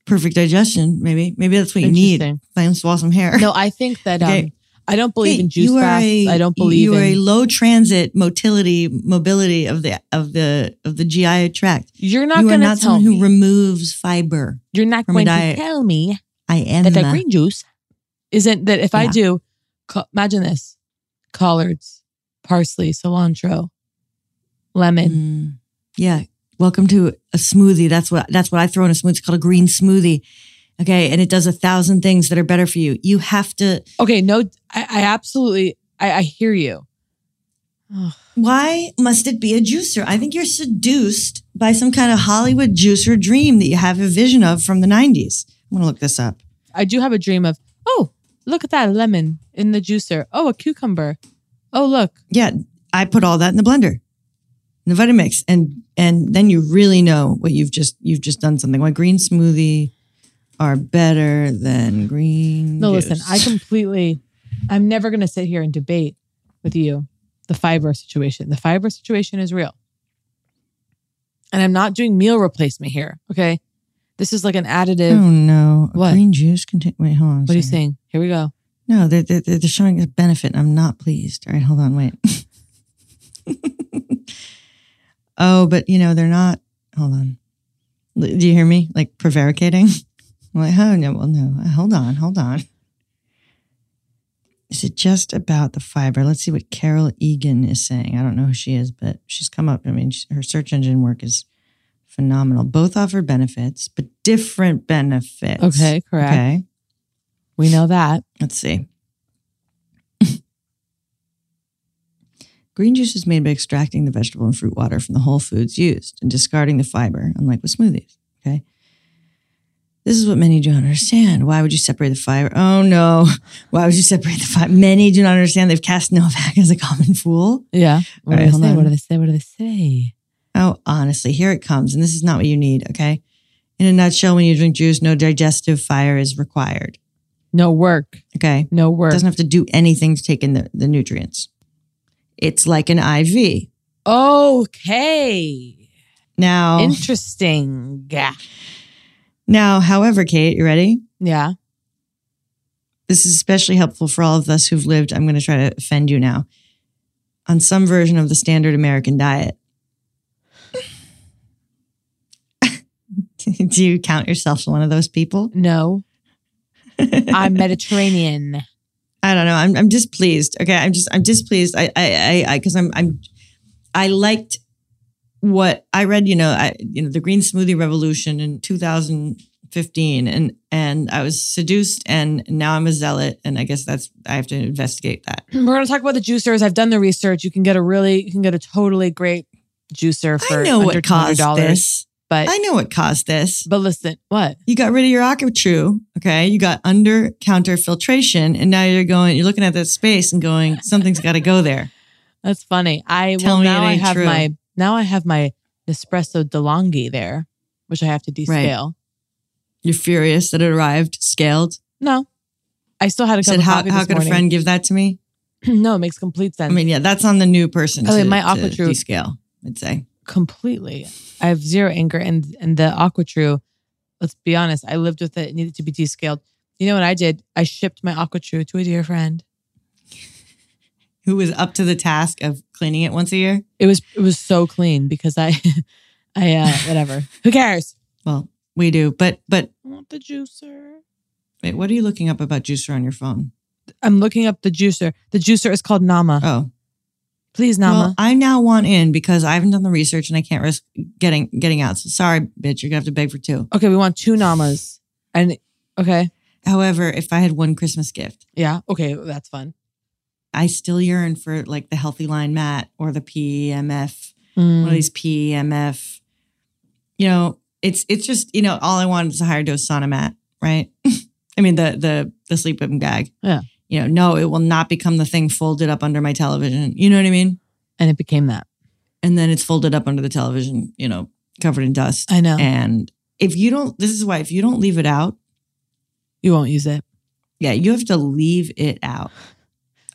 perfect digestion maybe maybe that's what you need
Interesting.
find swallow some hair
No, I think that um,
Okay.
I don't believe
Hey,
in juice
you are
fasts.
a-
I don't believe
you are a
in.
low transit motility mobility of the of the of the GI tract.
you're not
you are
going to
not
tell
someone
me.
who removes fiber.
you're not
from a
going to
diet.
tell me
I am
that that
the-
green juice isn't that if I
Yeah.
do. Co- imagine this: collards, parsley, cilantro, lemon.
Mm. yeah. Welcome to a smoothie. That's what that's what I throw in a smoothie. It's called a green smoothie. Okay, and it does a thousand things that are better for you. You have to.
Okay, no, I, I absolutely, I, I hear you.
Why must it be a juicer? I think you're seduced by some kind of Hollywood juicer dream that you have a vision of from the '90s. I'm gonna look this up.
I do have a dream of, oh, look at that lemon in the juicer. Oh, a cucumber. Oh, look.
Yeah, I put all that in the blender, in the Vitamix, and and then you really know what you've just you've just done something. Why green smoothie are better than green?
No,
juice.
listen, I completely, I'm never going to sit here and debate with you the fiber situation. The fiber situation is real. And I'm not doing meal replacement here. Okay. This is like an additive.
Oh no, A
What?
green juice contain? Wait, hold on. a
What are you
second.
saying? Here we go.
No, they're, they're they're showing a benefit. and I'm not pleased. All right, hold on, wait. oh, but you know they're not. Hold on. L- Do you hear me? Like prevaricating. I'm like, oh no, well no. Hold on, hold on. Is it just about the fiber? Let's see what Carol Egan is saying. I don't know who she is, but she's come up. I mean, she, her search engine work is phenomenal. Both offer benefits, but different benefits.
Okay, correct.
Okay.
We know that.
Let's see. Green juice is made by extracting the vegetable and fruit water from the whole foods used and discarding the fiber, unlike with smoothies. Okay. This is what many do not understand. Why would you separate the fiber? Oh no. Why would you separate the fiber? Many do not understand. They've cast Novak as a common fool.
Yeah.
All
What,
right,
do
hold
they say?
on.
what do they say? What do they say?
Oh, honestly, here it comes. And this is not what you need. Okay. In a nutshell, when you drink juice, no digestive fire is required.
No work.
Okay.
No work.
Doesn't have to do anything to take in the, the nutrients. It's like an IV.
Okay.
Now,
Interesting. Yeah.
now, however, Kate, you ready?
Yeah.
This is especially helpful for all of us who've lived, I'm going to try to offend you now, on some version of the standard American diet. Do you count yourself as one of those people?
No. I'm Mediterranean.
I don't know. I'm I'm displeased. Okay, I'm just I'm displeased. I I I because I'm I'm I liked what I read. You know, I you know the green smoothie revolution in 2015, and and I was seduced, and now I'm a zealot, and I guess that's I have to investigate that.
We're going to talk about the juicers. I've done the research. You can get a really, you can get a totally great juicer for
I know
under
what caused
$200.
this.
But
I know what caused this.
But listen, what?
You got rid of your AquaTrue, okay? You got under counter filtration, and now you're going. You're looking at that space and going, something's got to go there.
That's funny. I
Tell
well,
me it
now I
ain't
have
true.
my now I have my Nespresso DeLonghi there, which I have to descale.
You're furious that it arrived scaled.
No, I still had a
You
cup
said,
of
how,
coffee
how
this
could
morning.
a friend give that to me?
no, it makes complete sense.
I mean, yeah, that's on the new person.
Oh,
to,
yeah, my
to
AquaTrue-
descale. I'd say.
completely. I have zero anger, and and the Aqua True. Let's be honest. I lived with it. It needed to be descaled. You know what I did? I shipped my Aqua True to a dear friend.
Who was up to the task of cleaning it once a year?
It was it was so clean because I, I uh, whatever. Who cares?
Well, we do, but but
I want the juicer.
wait, what are you looking up about juicer on your phone?
I'm looking up the juicer. The juicer is called Nama.
Oh,
please, Nama.
Well, I now want in because I haven't done the research and I can't risk getting getting out. So sorry, bitch, you're gonna have to beg for two.
Okay, we want two namas. And okay.
However, if I had one Christmas gift,
Yeah. Okay, that's fun.
I still yearn for like the healthy line mat or the PMF,
Mm.
one of these PMF. You know, it's it's just you know all I want is a higher dose sauna mat, right? I mean the the the sleep and gag.
Yeah.
You know, no, it will not become the thing folded up under my television. You know what I mean?
And it became that.
And then it's folded up under the television. You know, covered in dust.
I know.
And if you don't, this is why if you don't leave it out,
You won't use it.
yeah, you have to leave it out.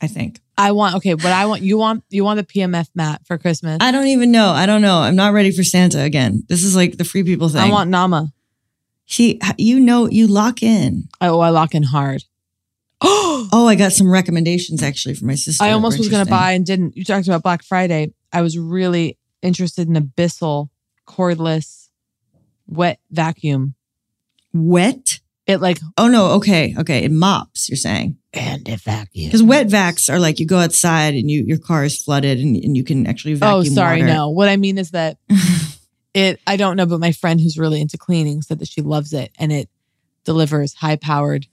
I think.
I want okay, but I want you want you want the PMF mat for Christmas.
I don't even know. I don't know. I'm not ready for Santa again. This is like the free people thing.
I want Nama.
She, you know, you lock in.
Oh, I lock in hard.
oh, I got some recommendations actually for my sister.
I almost was gonna
Interesting.
buy and didn't. You talked about Black Friday. I was really interested in Abyssal cordless wet vacuum.
wet.
It like
Oh no. Okay. Okay. It mops. You're saying
and a vacuum.
because wet vacs are like you go outside and you your car is flooded and, and you can actually vacuum.
Oh, sorry,
water.
no. What I mean is that it. I don't know, but my friend who's really into cleaning said that she loves it, and it delivers high powered.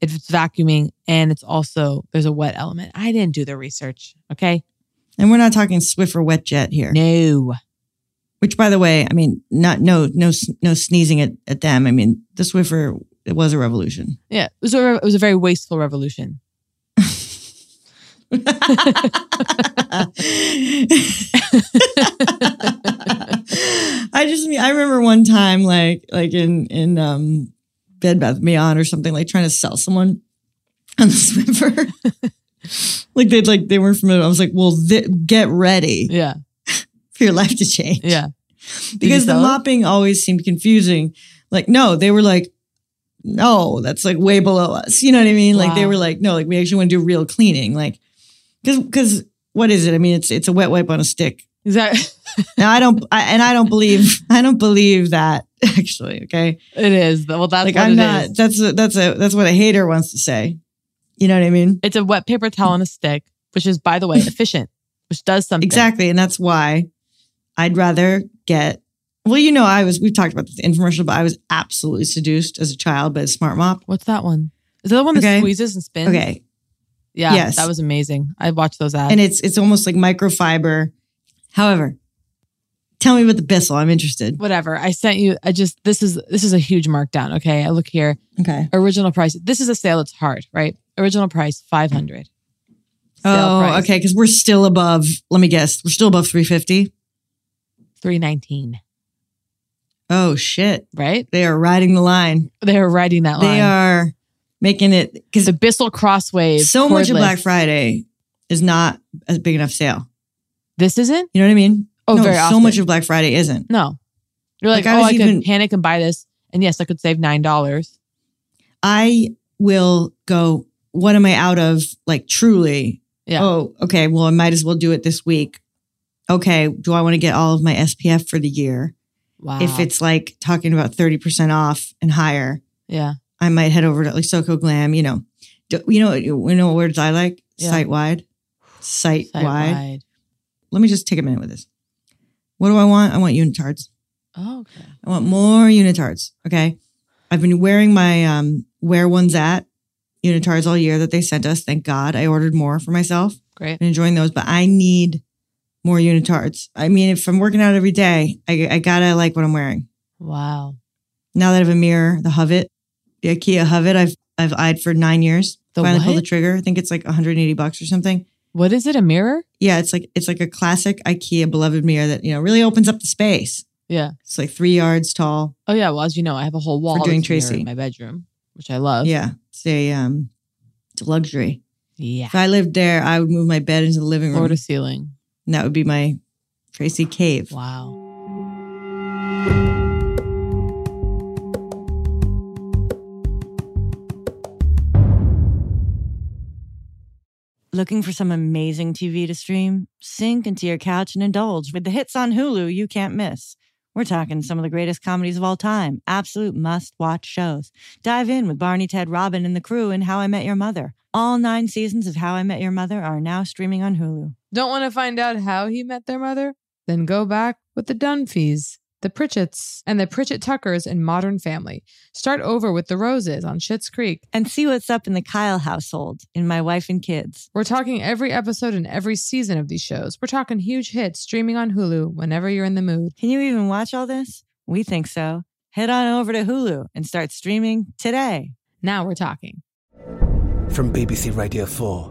It's vacuuming, and it's also there's a wet element. I didn't do the research. Okay,
And we're not talking Swiffer wet jet here.
No.
Which, by the way, I mean, not no no s- no sneezing at, at them. I mean, the Swiffer it was a revolution.
yeah, it was a, it was a very wasteful revolution.
I just mean I remember one time like like in in um Bed Bath Beyond or something like trying to sell someone on the Swiffer. like they'd like they weren't familiar. I was like, well, th- get ready
Yeah,
for your life to change
yeah.
because the
sell it?
mopping always seemed confusing. Like, no, they were like, no, that's like way below us. You know what I mean? Like they
Wow.
were like, no, like we actually want to do real cleaning. Like, because because what is it? I mean, it's it's a wet wipe on a stick.
Is that
Now I don't I, and I don't believe I don't believe that actually. Okay,
it? Is well that's
like
what
I'm
it
not.
is.
That's a, that's a that's what a hater wants to say. You know what I mean?
It's a wet paper towel and a stick, which is by the way efficient, which does something
Exactly, and that's why I'd rather get. Well, you know, I was we've talked about this infomercial, but I was absolutely seduced as a child by a smart mop.
What's that one? Is that the one that
Okay.
squeezes and spins?
Okay,
Yeah,
Yes.
that was amazing. I watched those ads.
and it's it's almost like microfiber. However, tell me about the Bissell. I'm interested.
whatever. I sent you. I just this is this is a huge markdown. Okay, I look here.
Okay.
Original price. This is a sale. It's hard, right? Original price five hundred.
oh, okay, because we're still above. Let me guess, we're still above 350.
Three nineteen.
Oh shit!
Right?
They are riding the line.
They are riding that line.
They are making it because
the Bissell Crossway. is
so much of
cordless.
Black Friday is not a big enough sale.
This isn't.
You know what I mean?
Oh,
no,
very
so
often.
much of Black Friday isn't.
No, you're like,
Like, I
oh,
was
I
even-
could panic and buy this, and yes, I could save nine dollars.
I will go
what am I out of? Like truly. Yeah. Oh, okay. Well, I might as well do it this week. Okay. Do I want to get all of my SPF for the year?
Wow.
If it's like talking about 30% off and higher,
yeah.
I might head over to like Soco Glam, you know. Do, you know you know what words I like?
Yeah.
Site wide. Site wide.
Site-wide.
Let me just take a minute with this. What do I want? I want unitards.
Oh, okay.
I want more unitards. Okay. I've been wearing my um where one's at unitards all year that they sent us. Thank God. I ordered more for myself.
Great.
Been enjoying those, but I need more unitards. I mean, if I'm working out every day, I, I gotta like what I'm wearing.
Wow.
Now that I have a mirror, the Hovet, the IKEA Hovet, I've I've eyed for nine years.
The
Finally pulled the
what?
trigger. I think it's like 180 bucks or something.
What is it? A mirror?
Yeah, it's like it's like a classic IKEA beloved mirror that you know really opens up the space.
Yeah.
It's like three yards tall.
Oh yeah. Well, as you know, I have a whole wall
For doing
that's mirrored
Tracy.
in my bedroom, which I love.
Yeah, it's a um, it's a luxury.
Yeah.
If I lived there, I would move my bed into the living room,
Floor to ceiling.
and that would be my Tracy cave.
Wow.
Looking for some amazing TV to stream? Sink into your couch and indulge with the hits on Hulu you can't miss. We're talking some of the greatest comedies of all time, absolute must watch shows. Dive in with Barney, Ted, Robin, and the crew in How I Met Your Mother. All nine seasons of How I Met Your Mother are now streaming on Hulu.
Don't want to find out how he met their mother? Then go back with the Dunphys, the Pritchetts, and the Pritchett Tuckers in Modern Family. Start over with the Roses on Schitt's Creek.
And see what's up in the Kyle household in My Wife and Kids.
We're talking every episode and every season of these shows. We're talking huge hits streaming on Hulu whenever you're in the mood.
Can you even watch all this? We think so. Head on over to Hulu and start streaming today.
Now we're talking.
From BBC Radio 4,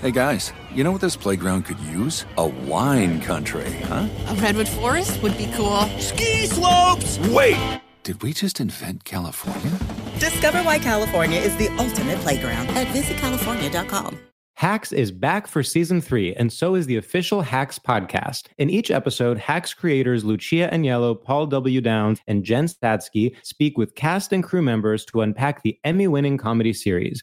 Hey guys, you know what this playground could use? A wine country, huh?
A redwood forest would be cool. Ski
slopes! Wait! Did we just invent California?
Discover why California is the ultimate playground at visitcalifornia.com.
Hacks is back for season three, and so is the official Hacks podcast. In each episode, Hacks creators Lucia Agnello, Paul W. Downs, and Jen Statsky speak with cast and crew members to unpack the Emmy winning comedy series.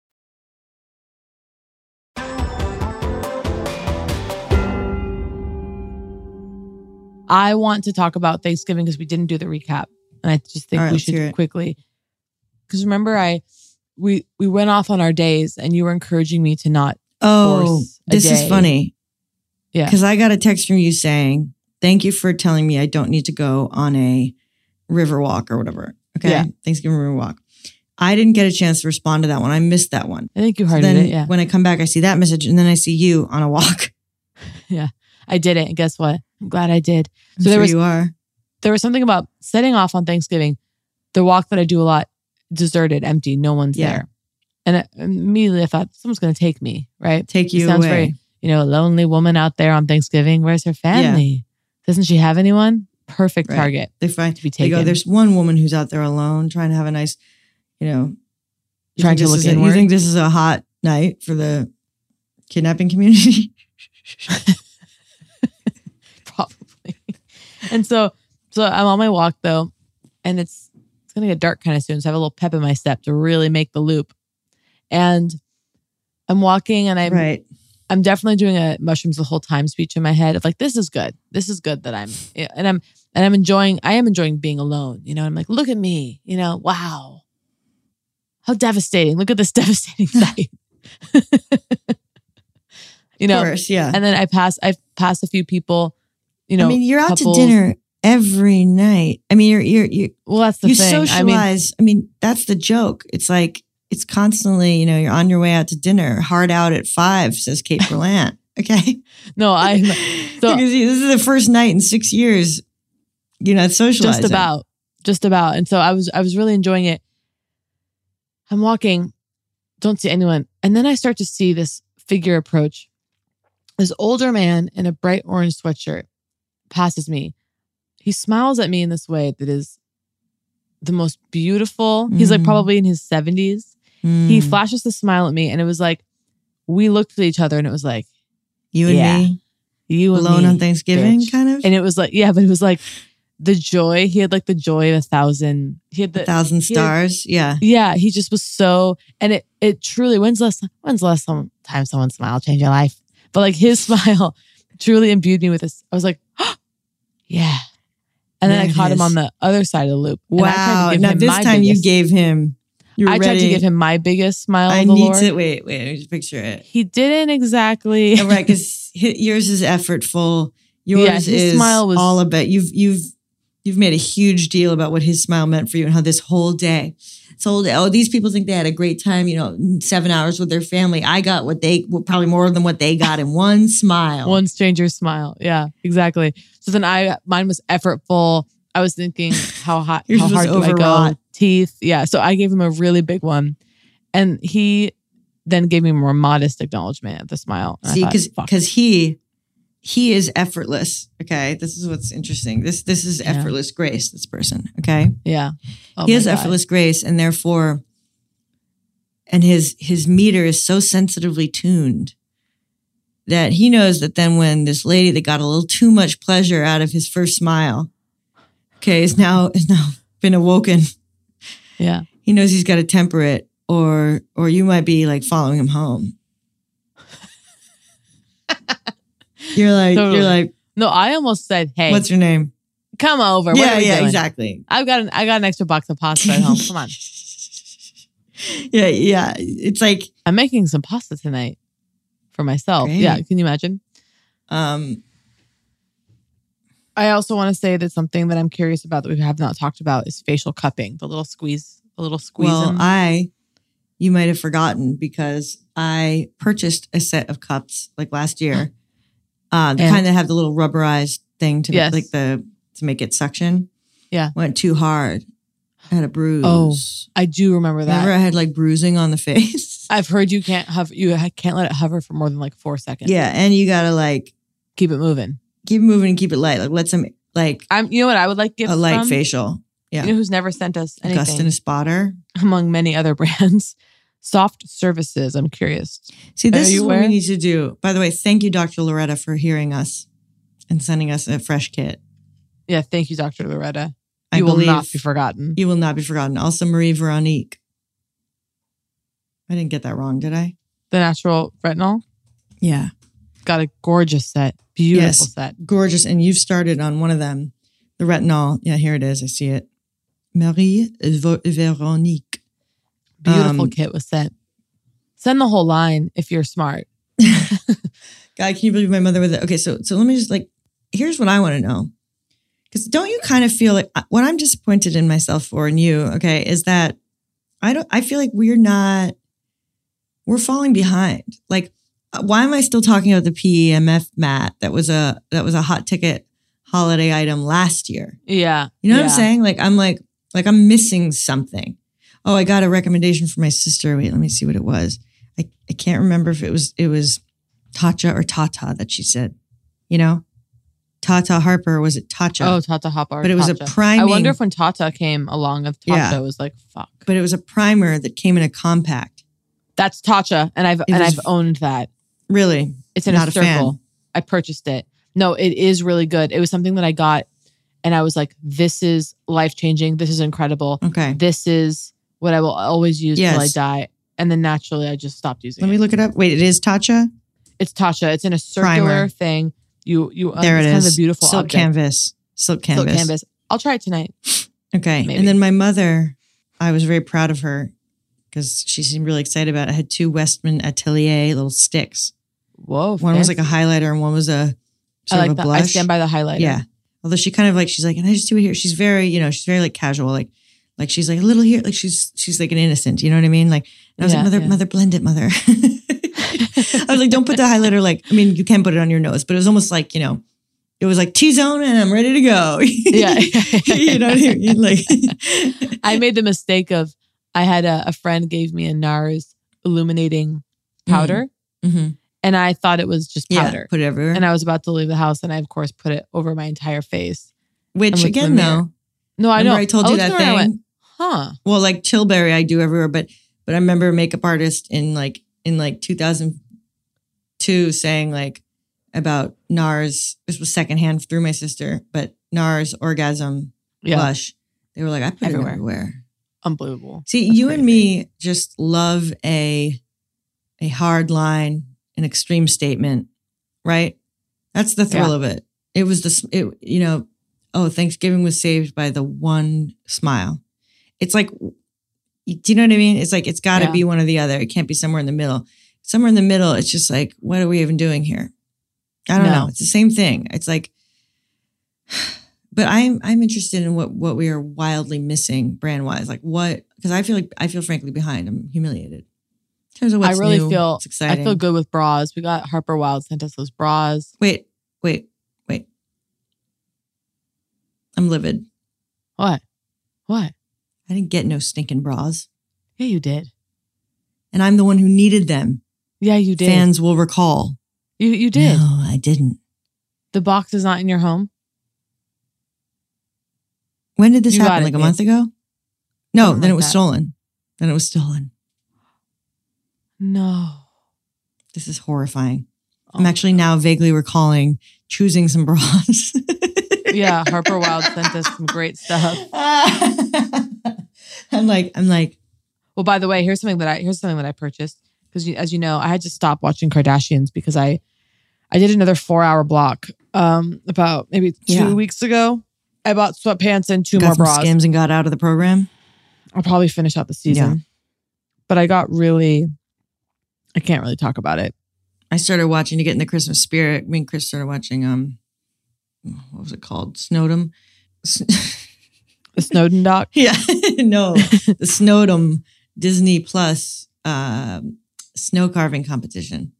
I want to talk about Thanksgiving because we didn't do the recap, and I just think
All right,
we
let's hear
should
it.
quickly. Because remember, I we we went off on our days, and you were encouraging me to not.
Oh,
force a
this is
day.
funny.
Yeah.
Because I got a text from you saying, thank you for telling me I don't need to go on a river walk or whatever. Okay.
Yeah.
Thanksgiving river walk. I didn't get a chance to respond to that one. I missed that one.
I think you
So
hearted
then
it. Yeah,
when I come back, I see that message and then I see you on a walk.
yeah. I did it, and guess what? I'm glad I did.
I'm sure you are.
There was something about setting off on Thanksgiving, the walk that I do a lot, deserted, empty, no one's
Yeah.
there, and I, immediately I thought someone's going to take me. Right,
Take
It
you
sounds
away.
very you know lonely woman out there on Thanksgiving. Where's her family? Doesn't she have anyone? Perfect
Right.
target.
They find
to be
They
taken.
go, there's one woman who's out there alone trying to have a nice, you know, you
Trying
think
to
this
look
is a- You
inward.
think this is a hot night for the kidnapping community?
probably. and so, so I'm on my walk though, and it's it's gonna get dark kind of soon. So I have a little pep in my step to really make the loop. And I'm walking, and I'm
Right.
I'm definitely doing a mushrooms the whole time speech in my head of like, this is good. This is good that I'm yeah, and I'm and I'm enjoying. I am enjoying being alone. You know, I'm like, look at me. You know, wow, how devastating. Look at this devastating sight. you know,
course, yeah.
And then I pass, I pass a few people. You know,
I mean, you're out
couples.
to dinner every night. I mean, you're you're you.
Well, that's the
you
thing. I mean-
socialize. I mean, that's the joke. It's like it's constantly. You know, you're on your way out to dinner. Hard out at five, says Kate Berlant. Okay.
No, I'm. So,
Because you- this is the first night in six years. You're not socializing.
Just about, just about. And so I was, I was really enjoying it. I'm walking, don't see anyone, and then I start to see this figure approach. This older man in a bright orange sweatshirt passes me. He smiles at me in this way that is the most beautiful. He's like
Mm.
probably in his 70s. He
Mm.
flashes the smile at me, and it was like we looked at each other, and it was like
You and
yeah,
me.
you and
Alone
me,
on Thanksgiving,
bitch.
kind of?
And it was like yeah, but it was like the joy. He had like the joy of a thousand. He had the
A thousand
he had-
stars, yeah.
yeah. He just was so, and it it truly. When's the last when's the last some- time someone smiled change your life? But like his smile truly imbued me with this. I was like, yeah. And then
There
I
it
caught him
is.
on the other side of the loop. and I tried to
Wow.
give
Now
him
this
my
time you
biggest-
gave him. you were
I tried to
ready.
give him my biggest smile.
I
of the
need
Lord.
to wait. Wait. Let me just picture it.
He didn't exactly.
Oh, right, because yours is effortful. Yours
Yeah, his
is
smile was-
all about you've you've you've made a huge deal about what his smile meant for you and how this whole day, this whole day. Oh, these people think they had a great time. You know, seven hours with their family. I got what they well, probably more than what they got in one smile.
One stranger's smile. Yeah, exactly. So then I mine was effortful. I was thinking how hot
Yours
how
was
hard do I go?
overwrought.
Teeth. Yeah. So I gave him a really big one. And he then gave me more modest acknowledgement of the smile. And I
See,
thought,
because
fuck.
because he he is effortless. Okay, this is what's interesting. This this is
Yeah.
effortless grace. This person. Okay.
Yeah. Oh
he
my
has
God.
effortless grace and therefore and his his meter is so sensitively tuned that he knows that then when this lady that got a little too much pleasure out of his first smile okay is now is now been awoken
yeah
he knows he's got to temper it or or you might be like following him home you're like
Totally.
you're like
No, I almost said, Hey,
what's your name
come over. what
yeah
are we
yeah
doing?
exactly
I've got an I got an extra box of pasta at home. Come on.
yeah, yeah. It's like
I'm making some pasta tonight for myself.
Great.
Oh, Yeah, can you imagine?
Um
I also want to say that something that I'm curious about that we have not talked about is facial cupping, the little squeeze, the little squeeze.
Well, I, you might have forgotten because I purchased a set of cups like last year, uh, the
And-
kind that have the little rubberized thing to
Yes.
like the to make it suction.
Yeah,
went too hard. I had a bruise.
Oh, I do remember that.
Remember, I had like bruising on the face.
I've heard you can't hover, you ha- can't let it hover for more than like four seconds.
yeah, and you gotta like
keep it moving,
keep it moving, and keep it light. Like let some like
I'm. You know what? I would like gifts
a light
from?
facial. Yeah,
You know who's never sent us anything?
Augustin Spotter,
among many other brands. Soft services. I'm curious.
See,
Are
this
you
is what
aware?
we need to do. By the way, thank you, Dr. Loretta, for hearing us and sending us a fresh kit.
Yeah, thank you, Dr. Loretta.
I
you will not
believe-
be forgotten.
You will not be forgotten. Also, Marie Veronique. I didn't get that wrong, did I?
The natural retinol
Yeah.
got a gorgeous set, beautiful set.
Gorgeous. And you've started on one of them, the retinol. Yeah, here it is. I see it. Marie Ver- Veronique.
Beautiful
Um,
kit was sent. Send the whole line if you're smart.
God, can you believe my mother with it? Okay, so so let me just like, here's what I want to know, because don't you kind of feel like uh, what I'm disappointed in myself for and you, okay, is that I don't. I feel like we're not, we're falling behind. Like, uh, why am I still talking about the E PEMF mat that was a that was a hot ticket holiday item last year?
Yeah.
You know what I'm
yeah.
saying? Like I'm like like I'm missing something. Oh, I got a recommendation from my sister. Wait, let me see what it was. I, I can't remember if it was it was Tatcha or Tata that she said. You know? Tata Harper, or was it Tatcha?
Oh, Tata Hopper.
But it was a
Tatcha.
priming.
I wonder if when Tata came along, if Tata
Yeah.
was like, fuck.
but it was a primer that came in a compact.
That's Tatcha. And I've
It
and
was-
I've owned that.
Really?
It's in
Not
a
a fan.
circle. I purchased it. No, it is really good. It was something that I got and I was like, this is life changing. This is incredible.
Okay.
This is what I will always use till I
Yes.
die. And then naturally I just stopped using
Let
it.
me look it up. Wait, it is Tatcha?
It's Tatcha. It's in a circular
Primer.
thing. You you uh,
there
it's
it is.
kind of a beautiful
silk
object.
canvas. Silk canvas.
Silk canvas. I'll try it tonight.
Okay.
Maybe.
And then my mother, I was very proud of her because she seemed really excited about it. I had two Westman Atelier little sticks.
Whoa.
One was like a highlighter and one was a
I
sort
like
of a
the- I
blush.
stand by the highlighter.
Yeah. Although she kind of like she's like, and I just do it here. She's very, you know, she's very like casual, like like she's like a little here, like she's she's like an innocent, you know what I mean? Like and I was
Yeah,
like, mother,
yeah.
mother, blend it, mother. I was like, don't put the highlighter like I mean, you can put it on your nose, but it was almost like, you know, it was like T zone and I'm ready to go.
Yeah.
you know what I mean? Like
I made the mistake of I had a, a friend gave me a NARS illuminating powder,
Mhm.
and I thought it was just
Yeah,
powder.
Mm, put it everywhere.
And I was about to leave the house, and I of course put it over my entire face.
Which,
and looked in
again,
the mirror.
though,
no, I know
remember I told you
looked in
that
the mirror and I
thing?
went, huh?
Well, like Tilbury, I do everywhere, but but I remember a makeup artist in like in like 2002 saying like about NARS. This was secondhand through my sister, but NARS orgasm
Yeah.
blush. They were like, I put everywhere.
Everywhere.
it everywhere.
Unbelievable.
See, you and me just love a a hard line, an extreme statement, right? That's the thrill
Yeah.
of it. It was this, it, you know, oh, Thanksgiving was saved by the one smile. It's like, do you know what I mean? It's like it's got to
Yeah.
be one or the other. It can't be somewhere in the middle. Somewhere in the middle, it's just like, what are we even doing here? I don't
No.
know. It's the same thing. It's like, but I'm I'm interested in what what we are wildly missing brand wise. Like what because I feel like I feel frankly behind. I'm humiliated. In terms of what's
I really
new,
feel
it's
I
exciting.
feel good with bras. We got Harper Wild sent us those bras.
Wait, wait, wait. I'm livid.
What? What?
I didn't get no stinking bras.
Yeah, you did.
And I'm the one who needed them.
Yeah, you did.
Fans will recall.
you you did.
No, I didn't.
The box is not in your home.
When did this
You got
happen?
it,
Like a
babe.
month ago? No,
Something
then
like
it was
that.
stolen. Then it was stolen.
No.
This is horrifying.
Oh
I'm actually now vaguely recalling choosing some bras.
Yeah, Harper Wild sent us some great stuff.
I'm like, I'm like,
Well, by the way, here's something that I here's something that I purchased because as you know, I had to stop watching Kardashians because I I did another four hour block um about maybe two
Yeah.
weeks ago. I bought sweatpants and two
got
more
some
bras.
skims and got out of the program.
I'll probably finish out the season,
Yeah.
but I got really I can't really talk about it.
I started watching to get in the Christmas spirit. Me and Chris started watching um what was it called? Snowdom. S-
The Snowden doc.
yeah. no. The Snowdom Disney Plus um snow carving competition.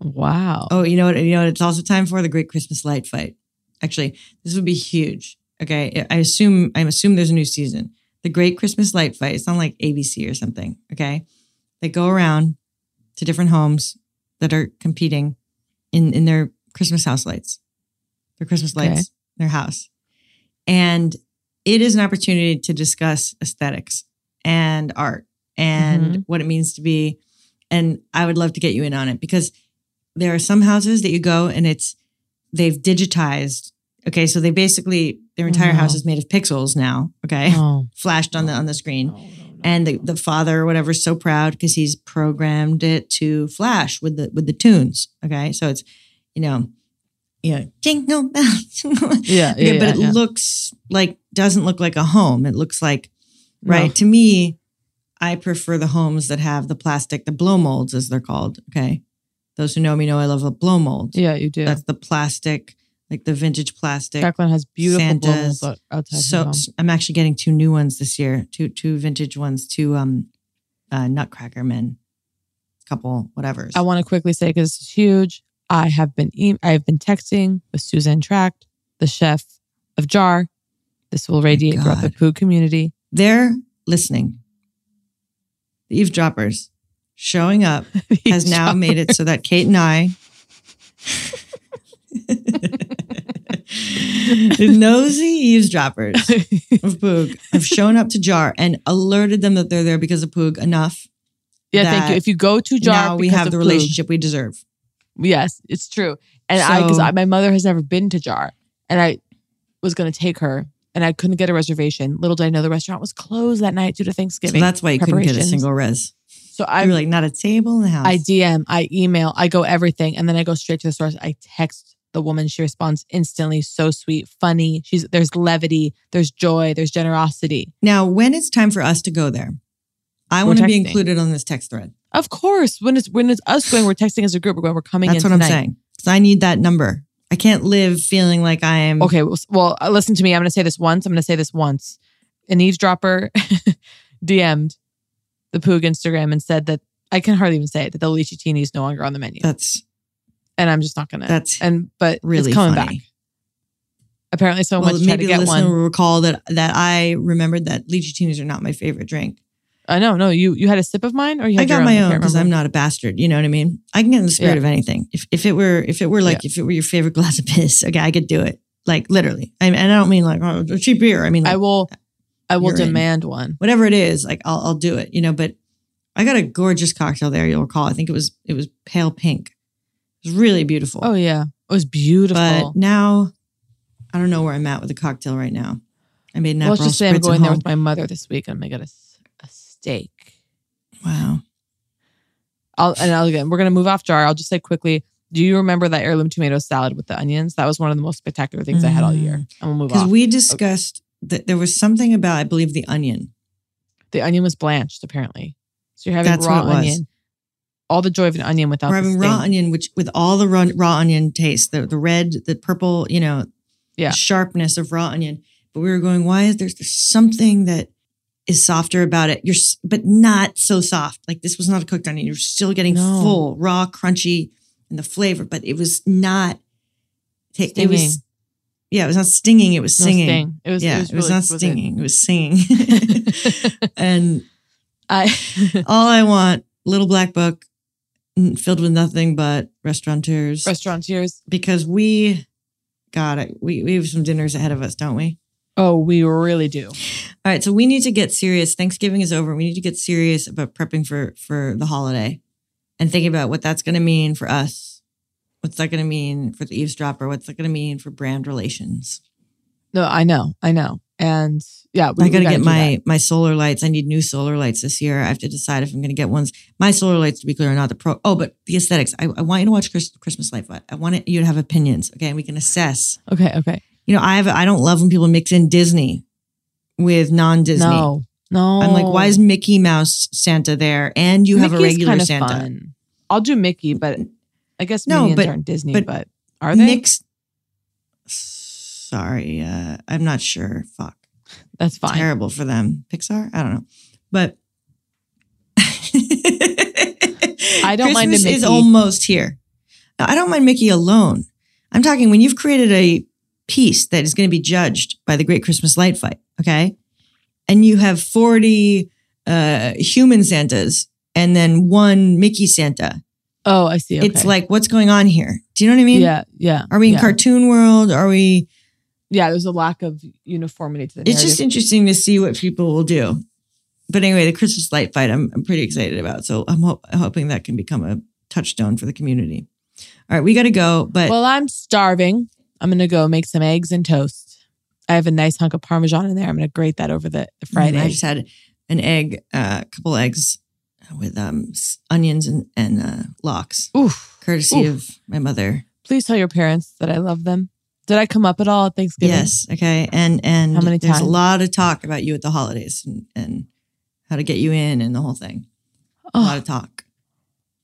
Wow.
Oh, you know what? You know what it's also time for the Great Christmas Light Fight. Actually, this would be huge. Okay, I I assume I'm assume there's a new season. The Great Christmas Light Fight. It's on like ABC or something. Okay, they go around to different homes that are competing in in their Christmas house lights, their Christmas
Okay.
lights, in their house, and it is an opportunity to discuss aesthetics and art and what it means to be. And I would love to get you in on it because there are some houses that you go and it's they've digitized. Okay, so they basically their entire
Oh, no.
house is made of pixels now. Okay,
Oh.
flashed on the on the screen, and the, the father or whatever is so proud because he's programmed it to flash with the with the tunes. Okay, so it's you know you know jingle bells.
Yeah,
Okay,
yeah,
but
yeah,
it
yeah.
looks like doesn't look like a home. It looks like
No.
right to me. I prefer the homes that have the plastic, the blow molds as they're called. Okay, those who know me know I love a blow mold.
Yeah, you do.
That's the plastic, like the vintage plastic.
Jacqueline has beautiful
Santas.
blooms out- outside. her
So
home.
s- I'm actually getting two new ones this year, two two vintage ones, two um uh Nutcracker men, couple whatever's.
I want to quickly say because it's huge. I have been e- I have been texting with Suzanne Tract, the chef of Jar. This will radiate throughout the
God.
poo community.
They're listening. The eavesdroppers showing up has now made it so that Kate and I the nosy eavesdroppers of Poog have shown up to Jar and alerted them that they're there because of Poog enough.
Yeah, thank you.
that
If you go to Jar,
now we
because
have
of
the
Poog-
relationship we deserve.
Yes, it's true. And I because
So-
my mother has never been to Jar, and I was going to take her, and I couldn't get a reservation. Little did I know the restaurant was closed that night due to
So
Thanksgiving.
that's why you couldn't get a
preparations.
single res.
So I
you were like, not a table in the house.
I DM, I email, I go everything, and then I go straight to the source. I text the woman. She responds instantly. So sweet, funny. She's there's levity, there's joy, there's generosity.
now, when it's time for us to go there, I
We're
want to be
texting.
included on this text thread.
Of course, when it's when it's us going, we're texting as a group. We're going, we're coming
That's
in.
what I'm
tonight.
saying. Because I need that number. I can't live feeling like I am.
Okay,
well, s- well, uh, listen to me. I'm going to say this once. I'm going to say this once. An eavesdropper DM'd the Poog Instagram and said that I can hardly even say it that the Lichitini is no longer on the menu.
That's
and I'm just not going to.
that's
and but
really
it's coming
funny.
back. Apparently, someone
Well,
went to try
maybe
to get
listener
one.
will recall that that I remembered that Legiatinis are not my favorite drink.
I know. No, you you had a sip of mine, or you
I
had
got
your
my
own I
own
can't
because I'm
remember.
not a bastard. You know what I mean? I can get in the spirit
Yeah.
of anything. If if it were if it were like if it were your favorite glass of piss, okay, I could do it. Like literally, I, and I don't mean like oh, a cheap beer. I mean like,
I will. I will
you're in.
demand one.
whatever it is. Like I'll I'll do it. You know, but I got a gorgeous cocktail there. You'll recall. I think it was it was pale pink. It was really beautiful.
Oh yeah, it was beautiful.
But now, I don't know where I'm at with the cocktail right now. I made an
Well, let's
Aperol
just say I'm
Spritz at
going there
home.
with my mother this week. and I'm gonna get a, s- a steak.
Wow.
I'll and I'll, again, we're gonna move off jar. I'll just say quickly. Do you remember that heirloom tomato salad with the onions? That was one of the most spectacular things I had all year. I'm gonna move
Because
off.
Mm. we discussed that there was something about, I believe, the onion.
the onion was blanched apparently, so you're having
That's
raw
what it was.
onion. All the joy of an onion without
We're
the
having raw
sting.
onion, which with all the raw, raw onion taste, the, the red, the purple, you know,
Yeah.
sharpness of raw onion. But we were going, why is there there's something that is softer about it? You're, s- but not so soft. Like this was not a cooked onion. You're still getting
No.
full, raw, crunchy, and the flavor, but it was not. It, it was,
Stinging.
yeah, it was not stinging. It was
No
singing.
sting. It was- it
yeah,
was
it was
really-
not
was it-
stinging. It was singing. and
I
all I want, little black book n- filled with nothing but restaurateurs.
Restaurateurs.
Because we got it. We, we have some dinners ahead of us, don't we?
Oh, we really do.
All right. So we need to get serious. Thanksgiving is over. We need to get serious about prepping for for the holiday and thinking about what that's going to mean for us. What's that going to mean for the eavesdropper? What's that going to mean for brand relations?
No, I know, I know, and yeah,
I got to get
do
my my solar lights. I need new solar lights this year. I have to decide if I'm going to get ones. My solar lights, to be clear, are not the pro. Oh, but the aesthetics. I, I want you to watch Chris, Christmas Life. I, I want it, you to have opinions. Okay, and we can assess.
that. Okay, okay.
You know, I have. I don't love when people mix in Disney with non-Disney.
No, no.
I'm like, why is Mickey Mouse Santa there? And you have a
Mickey's
regular
kind of
Santa.
fun. I'll do Mickey, but I guess
No,
Minions
but-
aren't Disney. But,
but
are they?
Mixed. Sorry, uh, I'm not sure. Fuck.
That's fine.
Terrible for them. Pixar. I don't know, but
I don't mind a
Christmas is
Mickey.
almost here. Now, I don't mind Mickey alone. I'm talking when you've created a piece that is going to be judged by the Great Christmas Light Fight, okay? And you have 40 uh, human Santas and then one Mickey Santa.
Oh, I see.
It's
okay.
like, what's going on here? Do you know what I mean?
yeah, yeah.
Are we in
yeah.
cartoon world? Are we?
Yeah, there's a lack of uniformity to the.
It's just
narrative.
interesting to see what people will do. But anyway, the Christmas light fight, I'm, I'm pretty excited about. So I'm ho- hoping that can become a touchstone for the community. All right, we got to go. But
well, I'm starving. I'm gonna go make some eggs and toast. I have a nice hunk of Parmesan in there. I'm gonna grate that over the, the fried
Mm, I
egg.
just had an egg, uh, a couple eggs with um, s- onions and, and uh, locks.
Oof.
Courtesy
Oof.
of my mother.
Please tell your parents that I love them. Did I come up at all at Thanksgiving?
Yes. Okay. And and
How many
there's a
times?
lot of talk about you at the holidays and, and how to get you in and the whole thing. A lot of talk.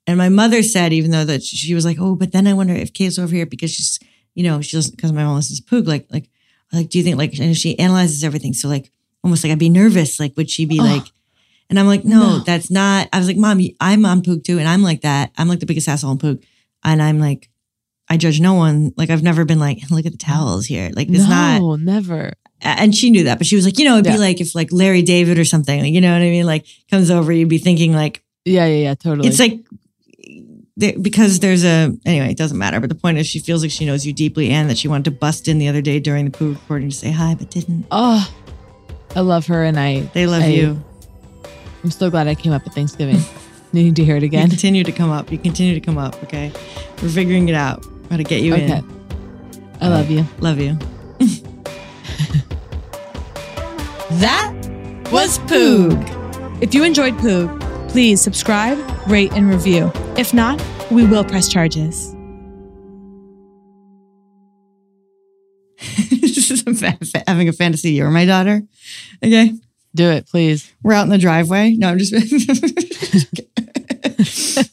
And my mother said, even though that she was like, oh, but then I wonder if Kate's over here because she's, you know, she doesn't because my mom listens to Poog. Like, like, like, do you think like and she analyzes everything? So like, almost like I'd be nervous. Like, would she be
Oh.
like? And I'm like,
No.
no, that's not. I was like, mom, you- I'm on Poog too, and I'm like that. I'm like the biggest asshole on Poog, and I'm like, I judge no one. Like, I've never been like, look at the towels here. Like, it's not
no, never.
and she knew that, but she was like, you know, it'd
Yeah.
be like if like Larry David or something, like, you know what I mean? Like comes over, you'd be thinking like,
Yeah, yeah, yeah. Totally.
it's like, there- because there's a, anyway, it doesn't matter. But the point is she feels like she knows you deeply and that she wanted to bust in the other day during the poo recording to say hi, but didn't.
Oh, I love her, and I.
They love
I-
you.
I'm so glad I came up at Thanksgiving. Needing to hear it
You
again.
continue to come up. You continue to come up. Okay. We're figuring it out how to get you
Okay.
in.
I love you.
Love you.
That was Poog.
If you enjoyed Poog, please subscribe, rate, and review. If not, we will press charges.
This is a fa- fa- having a fantasy. You're my daughter. Okay.
Do it, please.
We're out in the driveway. No, I'm just.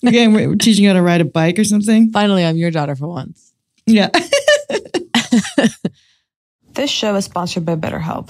Again, we're teaching you how to ride a bike or something.
Finally, I'm your daughter for once.
Yeah.
This show is sponsored by BetterHelp.